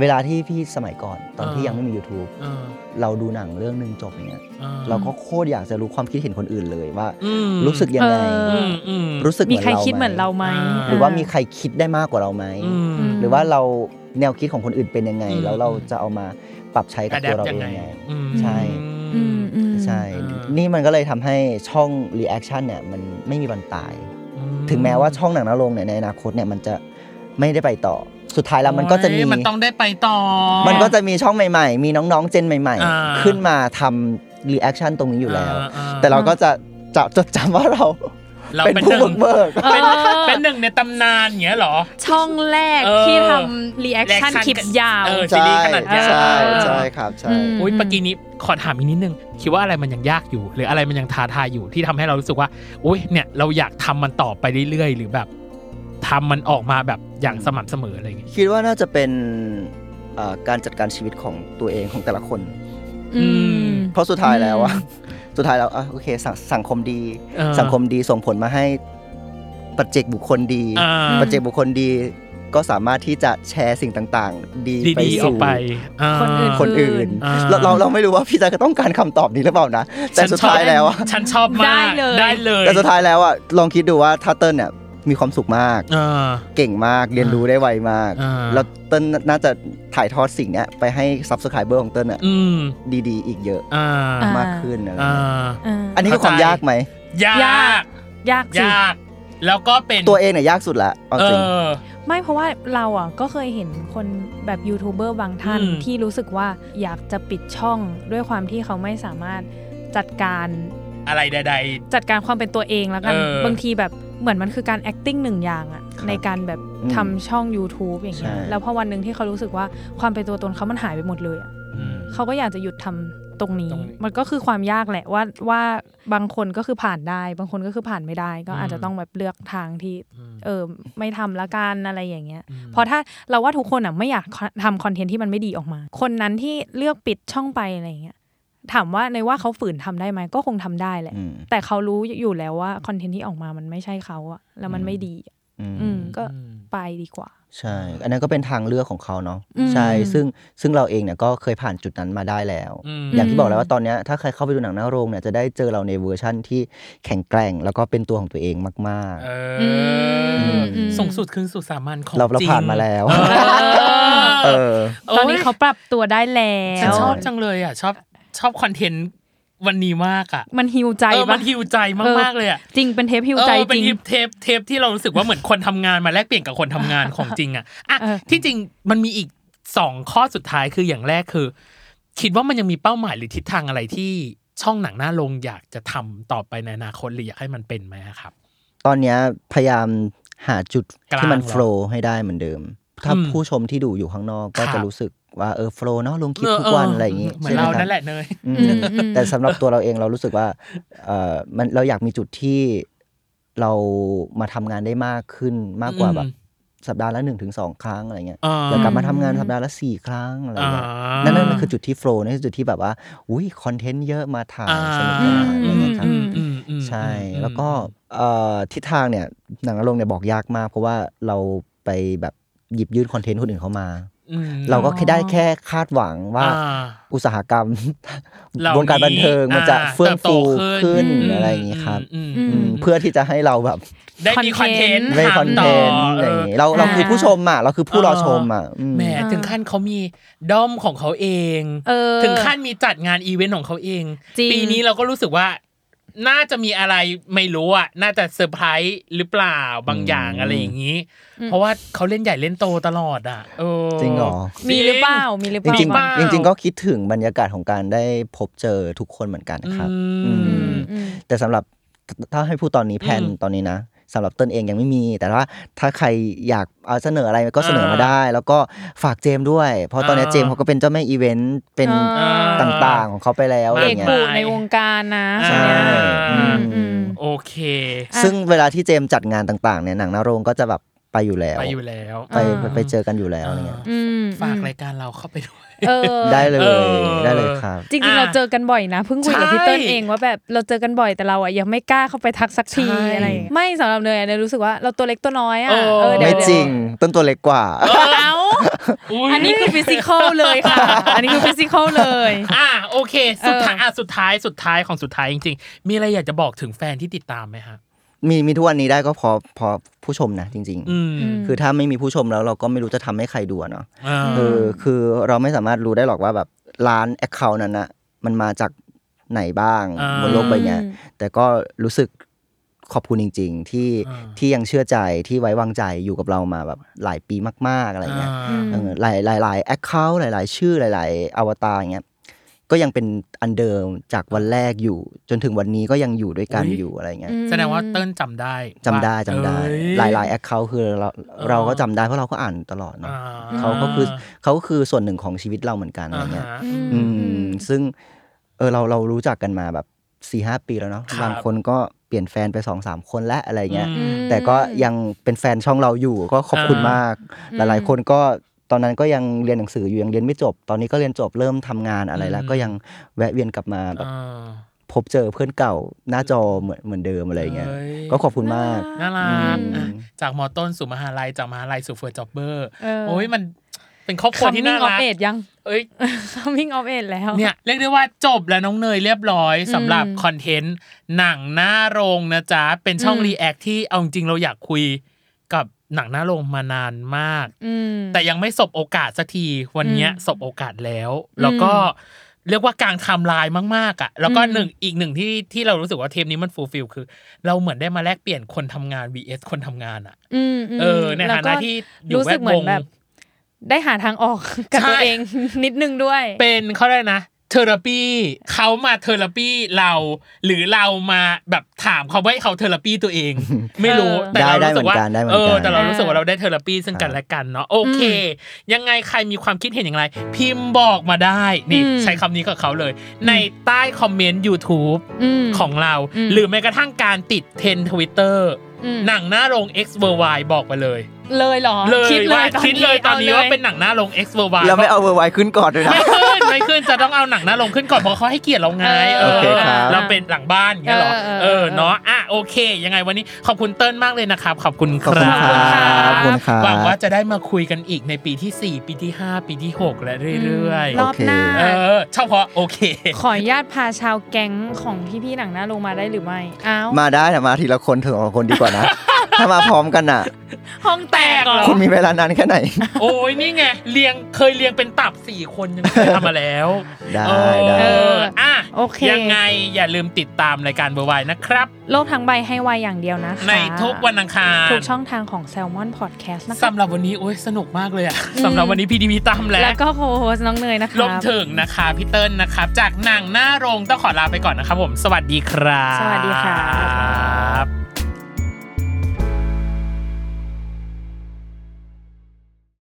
S3: เวลาที่พี่สมัยก่อนตอนที่
S1: อ่ายั
S3: ยังไม่มี YouTube
S1: เออ
S3: เราดูหนังเรื่องหนึ่งจบอย่างเงี้ย
S1: ออ
S3: เราก็โคตรอยากจะรู้ความคิดเห็นคนอื่นเลยว่า
S1: อืม
S3: รู้สึกยังไง
S2: เออ
S1: อืมอืม
S3: รู้สึก
S2: มีใครคิดเหมือนเรา
S3: ไห
S2: ไหม
S1: อ่า
S3: หรือว่ามีใครคิดได้มากกว่าเราไหม
S1: อืม
S3: หรือว่าเราแนวคิดของคนอื่นเป็นยังไง
S1: อืม
S3: แล้วเราจะเอามาปรับใช้กับ
S1: อะแด
S3: ตั
S1: ป
S3: วเรา
S1: ยั
S3: เองง
S1: ไง
S3: ยังไง
S1: อืม
S3: ใช่
S2: อืมอืม
S3: ใช่
S1: อืม
S3: นี่มันก็เลยทำให้ช่อง reaction เนี่ยมันไม่มีวันตาย
S1: อื
S3: ถึงแม้ว่าช่องหนังนรงค์เนี่ยในอนาคตเนี่ยมันจะไม่ได้ไปต่อ สุดท้ายแล้วมันก็จะมี
S1: โอ้ยมันต้องได้ไปต่อ
S3: มันก็จะมีช่องใหม่ๆ มีน้องๆ เจนใหม่
S1: อ่า
S3: ๆ ขึ้นมาทำ reaction ตรงนี้อยู่แล้ว
S1: เออ
S3: แต่เราก็จะจะจดจำว่าเรา
S1: เรา
S3: เป็น
S1: เป็นห
S3: ผู้
S1: นึ่
S3: บุ
S1: ง
S3: กเบิก
S1: เป็นเป็นหนึ่งในตำนานอย่างเงี้ยเหรอ
S4: ช่องแรก
S1: เออ
S4: ที่ทำรีแอคชั่น
S1: แอคชั่น
S4: คลิปยาว
S1: เออ ซี
S3: ใช่
S1: รีส์ขนาดยาว
S3: ใช่ใช่ครับใช่
S2: อืม
S1: อุ้ยปกี้นี้ขอถามอีกนิดนึง คิดว่าอะไรมันยังยากอยู่ หรืออะไรมันยังท้าทายอยู่ที่ทำให้เรารู้สึกว่าอุ้ยเนี่ยเราอยากทำมันต่อไปเรื่อยๆ หรือแบบทำมันออกมาแบบอย่างสม่ำเสมออะไรอย่างเงี้ย
S3: คิดว่าน่าจะเป็นเอ่อการจัดการชีวิตของตัวเองของแต่ละคน
S2: อืม
S3: เพราะสุดท้ายแล้วอะสุดท้ายแล้วอะโอเคสังสังคมดี
S1: เออ
S3: สังคมดีส่งผลมาให้ปัจเจกบุคคลดี
S1: อ่า
S3: ปัจเจกบุคคลดี ก็สามารถที่จะแชร์สิ่งต่างๆ ดีไป
S1: ดีๆออก
S3: สู่
S1: ไปอ่า
S2: คนอื่น
S3: คนอื่น
S1: อ่า
S3: เราเราเราไม่รู้ว่า พี่แจะก็ต้องการคำตอบนี้หรือเปล่านะ แต่สุดท้ายแล้วอะ
S1: ฉันชอบมาก
S4: ได้เลย
S1: ได้เลย
S3: แต่สุดท้ายแล้วอะลองคิดดูว่าทัตเติ้ลเนี่ยมีความสุขมาก
S1: เออ
S3: เก่งมากเรียนรู้ได้ไวมาก
S1: อ่า
S3: แล้วเติ้ลน่าจะถ่ายทอดสิ่งเนี้ยไปให้ซับสไครเบอร์ของเติ้ลอ่ะ
S1: อืม
S3: ดีๆ อีกเยอะ
S1: อ่าม
S3: มากขึ้นอะไร
S1: อ่า
S2: อ่า
S3: อันนี้คือความยากไหม
S1: ยาก
S2: ยาก ยากสิ
S1: ยาก แล้วก็เป็น
S3: ตัวเองเนี่ยยากสุดละเอา
S1: เอ
S3: จริง
S1: อ
S2: ไม่เพราะว่าเราอ่ะก็เคยเห็นคนแบบยูทูบเบอร์บางท่าน
S1: อืม
S2: ที่รู้สึกว่าอยากจะปิดช่องด้วยความที่เขาไม่สามารถจัดการ
S1: อะไรใด
S2: จัดการความเป็นตัวเองแล้วกัน
S1: เออบ
S2: างทีแบบเหมือนมันคือการ acting หนึ่งอย่างอ่ะในการแบบ
S3: อืม
S2: ทำช่อง YouTube อย่างเงี้ย
S3: ใช่
S2: แล้วพอวันหนึ่งที่เขารู้สึกว่าความเป็นตัวตนเขามันหายไปหมดเลยอะ เขาก็อยากจะหยุดทำตรงนี้
S1: ตรงนี้
S2: มันก็คือความยากแหละว่าว่าบางคนก็คือผ่านได้ บางคนก็คือผ่านไม่ได้ ก็
S1: อืม
S2: อาจจะต้องแบบเลือกทางที่
S1: อืม
S2: เออไม่ทำละกันอะไรอย่างเงี้ย
S1: อืม
S2: เพราะถ้าเราว่าทุกคนอ่ะไม่อยากทำคอนเทนต์ที่มันไม่ดีออกมา คนนั้นที่เลือกปิดช่องไปอะไรอย่างเงี้ยถามว่าในว่าเขาฝืนทำได้ไหมก็คงทำได้แหละ
S3: อืม
S2: แต่เขารู้อยู่แล้วว่าคอนเทนต์ที่ออกมามันไม่ใช่เขาอะแล้วมันไม่ดีอะ
S3: อืม
S2: อืม
S1: ๆ
S2: ก็
S1: อืม
S2: ไปดีกว่า
S3: ใช่ อันนั้นก็เป็นทางเลือกของเขาเนาะ
S2: อืม
S3: ใช่ซึ่งซึ่งเราเองเนี่ยก็เคยผ่านจุดนั้นมาได้แล้ว
S1: อืม
S3: อย่างที่บอกแล้วว่าตอนเนี้ยถ้าใครเข้าไปดูหนังหน้าโรงเนี่ยจะได้เจอเราในเวอร์ชั่นที่แข็งแกร่ง แล้วก็เป็นตัวของตัวเองมาก
S1: เอ
S2: อื
S1: อ
S2: ม
S1: อส่งสุดคืนสู่สามัญของ
S3: เราเรา
S1: จง
S3: ผ่านมาแล้ว
S1: เออ
S3: ๆ เออ
S1: โย
S2: ตอนนี้เขาปรับตัวได้แล้
S1: ฉัน
S2: ว
S1: ชอบจังเลยอ่ะ ชอบชอบคอนเทนต์วันนี้มากอ่ะ
S2: มันฮิวใจ
S1: เออ
S2: ปะ
S1: มันฮิวใจมากๆเลยอ่ะ
S2: จริงเป็นเทปฮิวใจ
S1: เออ
S2: จ
S1: เป็น
S2: ริง
S1: เทปเทปเทปที่เรารู้สึกว่าเหมือนคนทำงานมาแลกเปลี่ยนกับคนทำงาน ของจริงอ่ะอ่ะ
S2: เออ
S1: ที่จริงมันมีอีกสองข้อสุดท้ายคืออย่างแรกคือ คิดว่ามันยังมีเป้าหมายหรือทิศทางอะไรที่ช่องหนังหน้าลงอยากจะทำต่อไปในอนาคตหรืออยากให้มันเป็นไหมอะครับ
S3: ตอนเนี้ยพยายามหาจุด
S1: กลาง
S3: ที่มัน
S1: เหรอ
S3: โฟล์ให้ได้เหมือนเดิม ถ้า
S1: อืม
S3: ผู้ชมที่ดูอยู่ข้างนอก
S1: ค
S3: ก็
S1: รับ
S3: จะรู้สึกว่าเออโฟล์เนาะลงคลิปทุกวันอะไรอย่างงี้
S1: เหมือน
S3: ใช่ไหม
S1: เรา
S3: ครับ
S1: นั่นแหละเนย
S3: อืม
S2: อืมอืม
S3: แต่สำหรับตัวเราเองเรารู้สึกว่าเออมันเราอยากมีจุดที่เรามาทำงานได้มากขึ้นมากกว่า
S1: อืม
S3: แบบสัปดาห์ละหนึ่งถึงสองครั้งอะไรเงี้ย
S1: อ่า
S3: อยากกลับมาทำงานสัปดาห์ละสี่ครั้งอะไรเงี้ย
S1: อ่านั่
S3: นั่นนั่นมันคือจุดที่โฟล์นั่นคือจุดที่แบบว่าอุ้ยคอนเทนต์เยอะมาถ่าย
S1: อ่า
S3: สนุกสนานอะไรเงี้ยครับ
S1: อืมอืมอืม
S3: ใช่
S1: อืม
S3: แล้วก็เอ่อทิศทางเนี่ยหนังนรงค์เนี่ยบอกยากมาก เพราะว่าเราไปแบบหยิบยื่นคอนเทนต์คนอื่นเข้ามา
S1: อืม
S3: เราก็แค่ได้แค่คาดหวังว่า
S1: อ่
S3: อุตสาหกรรม
S1: เหล่านี้
S3: วงการบันเทิงมันจะ
S1: อ่า
S3: เฟื่องฟู
S1: เติบโตขึ้
S3: ขึ้
S1: น
S3: น
S1: อืม
S3: อะไรอย่างนี้ครับ
S1: อืม
S3: อืมเพื่อที่จะให้เราแบบ
S1: ได้มีคอนเทนต์
S3: ไม่คอนเทนต์
S1: ทำ
S3: อะไรอย่า
S1: เ
S3: งนี้เราเราคือ
S2: อ่า
S3: ผู้ชมอ่ะเราคือผู้รอชมอ่ะอืม
S1: แหมถึงขั้นเขามีด้อมของเขาเอง
S2: เออ
S1: ถึงขั้นมีจัดงานอีเวนต์ของเขาเอง
S2: จริง
S1: ปีนี้เราก็รู้สึกว่า น่าจะมีอะไรไม่รู้อ่ะ น่าจะเซอร์ไพรส์หรือเปล่าบางอย่าง
S3: อืม
S1: อะไรอย่างนี้ เพราะว่าเขาเล่นใหญ่เล่นโตตลอดอ่ะเออ
S3: จริงเหรอ
S2: มีหรือเปล่า มีหรือ
S3: จ
S2: เปล่า
S3: ริง
S1: เปล่า
S3: ๆจริง ๆ ก็คิดถึงบรรยากาศของการได้พบเจอทุกคนเหมือนกันครับ
S1: อื
S2: อื
S1: ม
S2: มอืม
S3: แต่สำหรับถ้าให้พูดตอนนี้แผน
S1: อืม
S3: ตอนนี้นะสำหรับเต้นเองยังไม่มี แต่ว่าถ้าใครอยากเอาเสนออะไรก็เสนอมา
S1: อ่า
S3: ได้ แล้วก็ฝากเจมส์ด้วย เพราะตอนนี้
S1: อ่า
S3: เจมส์เขาก็เป็นเจ้าแม่อีเวนต์เป็น
S2: อ่
S1: อ่
S3: ต่างๆของเขาไปแล้วอะไร
S2: เอ
S3: อก ย่างเงี้
S2: บุ
S3: ย
S2: ในวงการนะ
S1: อ่า
S2: คนเนี้ย
S3: อื
S2: อื
S3: ม
S2: มอืม
S1: โอเค
S2: อ่ะ
S3: ซึ่งเวลาที่เจมส์จัดงานต่าง ๆเนี่ยหนังหน้าโรงก็จะแบบไปอยู่แล้ว
S1: ไปอยู่แล้ว
S2: อ
S3: ไป
S2: ่า
S3: ไปเจอกันอยู่แล้วอะไรเงี้ย
S2: อืม
S1: ฝากรายการเราเข้าไปด้วย
S2: เออ
S3: ได้เลย
S1: เออ
S3: ได้เลยครับ
S2: จริงๆ เราเจอกันบ่อยนะเพิ่งคุยกับ
S1: ใช่
S2: พี่เติ้ลเองว่าแบบเราเจอกันบ่อยแต่เราอ่ะยังไม่กล้าเข้าไปทักสักที
S1: ใช่
S2: อะไรอย่างเงี้ยไม่สำหรับเนยอะเนยรู้สึกว่าเราตัวเล็กตัวน้อยอ่ะ
S1: เออ
S2: เออเดี๋ยว
S3: ไม่
S2: เดี๋ยว
S3: จริงต้นตัวเล็กกว่า
S2: เอาอันนี้คือฟิสิกอลเลยค่ะ อันนี้คือฟิสิกอลเลย
S1: อ่าโอเค
S2: เออ
S1: สุดท้ายอ่ะสุดท้ายสุดท้ายของสุดท้ายจริงๆ มีอะไรอยากจะบอกถึงแฟนที่ติดตามไหมฮะ
S3: มีมีทุกวันนี้ได้ก็เพอพอผู้ชมนะจริง
S1: อืม
S3: ๆ คือถ้าไม่มีผู้ชมแล้วเราก็ไม่รู้จะทำให้ใครดูอะเนาะ
S1: อ่า
S3: เออคือเราไม่สามารถรู้ได้หรอกว่าแบบร้านแอคเคาท์นั้นนะมันมาจากไหนบ้าง
S1: อ่า
S3: บนโลกใบเนี้ยแต่ก็รู้สึกขอบคุณจริง ๆ ที่
S1: อ่า
S3: ที่ยังเชื่อใจที่ไว้วางใจอยู่กับเรามาแบบหลายปีมาก ๆอะไรเงี้ย
S1: อ่า
S3: เออหลายหลายหลายแอคเคาท์หลาย ๆ ชื่อหลาย ๆ อวตารเงี้ยก็ยังเป็นอันเดิมจากวันแรกอยู่ จนถึงวันนี้ก็ยังอยู่ด้วยกัน
S1: อุ๊ย
S3: อยู่อะไรเงี้ย
S1: แสดงว่าเติ้ลจำได้
S3: จำได้
S1: ว่า
S3: จำได้
S1: เอ้
S3: หลายๆแอคเคาท์คือเราเราก็จำได้เพราะเราก็อ่านตลอด
S1: อ่
S3: เนาะ เขาก็คือเขาก็คือส่วนหนึ่งของชีวิตเราเหมือนกันอะไร
S1: อ่า
S3: เงี้ย
S1: ฮะ
S3: อืมซึ่งเออเราเรารู้จักกันมาแบบสี่ห้าปีแล้วเนาะ
S1: ครับ
S3: บางคนก็เปลี่ยนแฟนไปสองสามคนและอะไรเงี้ย
S1: อืม
S3: แต่ก็ยังเป็นแฟนช่องเราอยู่ก็ขอบคุณ
S1: อ่าม
S3: มาก หลายๆคนก็ตอนนั้นก็ยังเรียนหนังสืออยู่ยังเรียนไม่จบ ตอนนี้ก็เรียนจบเริ่มทำงานอะไรแล้วก็ยังแวะเวียนกลับมาแบบ
S1: อ่า
S3: พบเจอเพื่อนเก่าหน้าจอเหมือนเหมือนเดิมอะไรเงี้ย
S1: เอ้ย
S3: ก็ขอบคุณมาก
S1: น่ารัก
S3: อืม
S1: อ่ะจากมอต้นสู่มหาลัยจากมหาลัยสู่เฟิร์สจ็อบเบอร์
S2: เออ
S1: โอ้ยมันเป็นครอบครัวที่น่า
S2: ออ
S1: รั
S2: ฟ
S1: ก
S2: เอดยัง
S1: เอ้ย
S2: คัมมิ่งออฟเอดแล้ว
S1: เนี่ยเรียกได้ว่าจบแล้วน้องเนยเรียบร้อยสำหรับคอนเทนต์หนังหน้าโรงนะจ๊ะ เป็นช่อง
S2: อืม
S1: รีแอคที่เอาจริงๆเราอยากคุยกับหนังหน้าโรงมานานมาก
S2: อืม
S1: แต่ยังไม่สบโอกาสสักทีวันเนี้ย
S2: อืม
S1: สบโอกาสแล้ว แล้วก็เรียกว่ากลางไทำลายมากๆอ่ะแล้วก็
S2: อืม
S1: หนึ่งอีกหนึ่งที่ที่เรารู้สึกว่าเทปนี้มันฟูลฟิลคือ เราเหมือนได้มาแลกเปลี่ยนคนทำงาน vs คนทำงานอ่ะ
S2: อืมม
S1: เออใน
S2: แล้ว
S1: ฐานะที่อยู่
S2: รู้สึกเหมือน
S1: แวดวง
S2: แบบ ได้หาทางออก กับ
S1: ใช่
S2: ตัวเองนิดนึงด้วย
S1: เป็นเขาได้นะเทอราปีเขามาเทอราปีเรา หรือเรามาแบบถามเขาว่าให้เขาเทอราปีตัวเอง ไม่รู้
S2: เออ
S1: แต่เรารู้สึกว่า
S3: ได้ได้เหมือนกันได้เหมือนกัน
S1: เออแต่เรารู้สึกว่าเราได้เทอราปีซึ่งกันและกันเนาะโอเค ยังไงใครมีความคิดเห็นอย่างไร พิมพ์บอกมาได้นี่ใช้คำนี้กับเขาเลย ในใต้คอมเมนต์ YouTube
S2: อืม
S1: ของเรา
S2: อืม
S1: หรือแม้กระทั่งการติดเทรนทวิตเตอร์
S2: อืม
S1: หนังหน้าโรง X v y บอกไปเลย
S2: เลยเหรอ
S1: เลย
S2: คิดเล
S1: ว่าย
S2: ตอน
S1: คิด
S2: นี้
S1: เลยตอนนี้
S2: ลย
S1: ว่าเป็นหนังหน้าโรง X v y
S3: เราไม่เอาเวอร์ไวขึ้นก่อนด้วยนะ
S1: ไม่ขึ้นไม่ขึ้นจะต้องเอาหนังหน้าลงขึ้นก่อนเพราะเขาให้เกียรติเราไง
S2: เออ
S3: โอเคครับ
S1: เราเป็นหลังบ้านอย่างเงี้ยเหรอ
S2: เออ
S1: เอ
S2: เออเอ
S1: อ
S2: อ
S1: เนาะอ่ะโอเค ยังไงวันนี้ขอบคุณเติ้ลมากเลยนะครับ ขอบคุณค
S3: ขอบ
S1: รั
S3: คุณครับ บขอบคุณครับ
S1: หวังว่าจะได้มาคุยกันอีกในปีที่ 4 ปีที่ 5 ปีที่ 6 และเรื่อย
S2: ร
S1: ๆ
S2: อบหน้า
S3: โอ
S1: เออเฉพาะโอเค
S2: ขออนุญาตพาชาวแก๊งของพี่ๆหนังหน้าลงมาได้หรือไม่อ้าว
S3: มาได้แต่มาทีละคนถึงสองคนดีกว่านะ ถ้ามาพร้อมกันอ่ะ
S2: ห้องแตกเหรอ
S3: คุณมีเวลานานแค่ไหน
S1: โอ้ยนี่ไงเรียงเคยเรียงเป็นตับสี่คนยังไม่เคยทำมาแล้ว
S3: ได้
S1: เออ
S3: ได้
S1: เอออ่ะ
S2: โอเค
S1: ยังไงอย่าลืมติดตามรายการเบอร์ไวนะครับ
S2: โลกทั้งใบให้ไวอย่างเดียวนะคะ
S1: ในทุกวันอังคาร
S2: ทุกช่องทางของ s ซ l m o n Podcast นะคะ
S1: สำหรับวันนี้โอ้ยสนุกมากเลยอะ
S2: อืม
S1: สำหรับวันนี้พี่ดีพี่ตั้มและ
S2: แล้วก็โคโฮสน้องเนยนะคะ
S1: รวมถึงนะคะพี่เติ้ลนะครับ จากหนังหน้าโรงต้องขอลาไปก่อนนะครับผม สวัสดีครับ
S2: สวัสดีค่ะ
S1: ครับ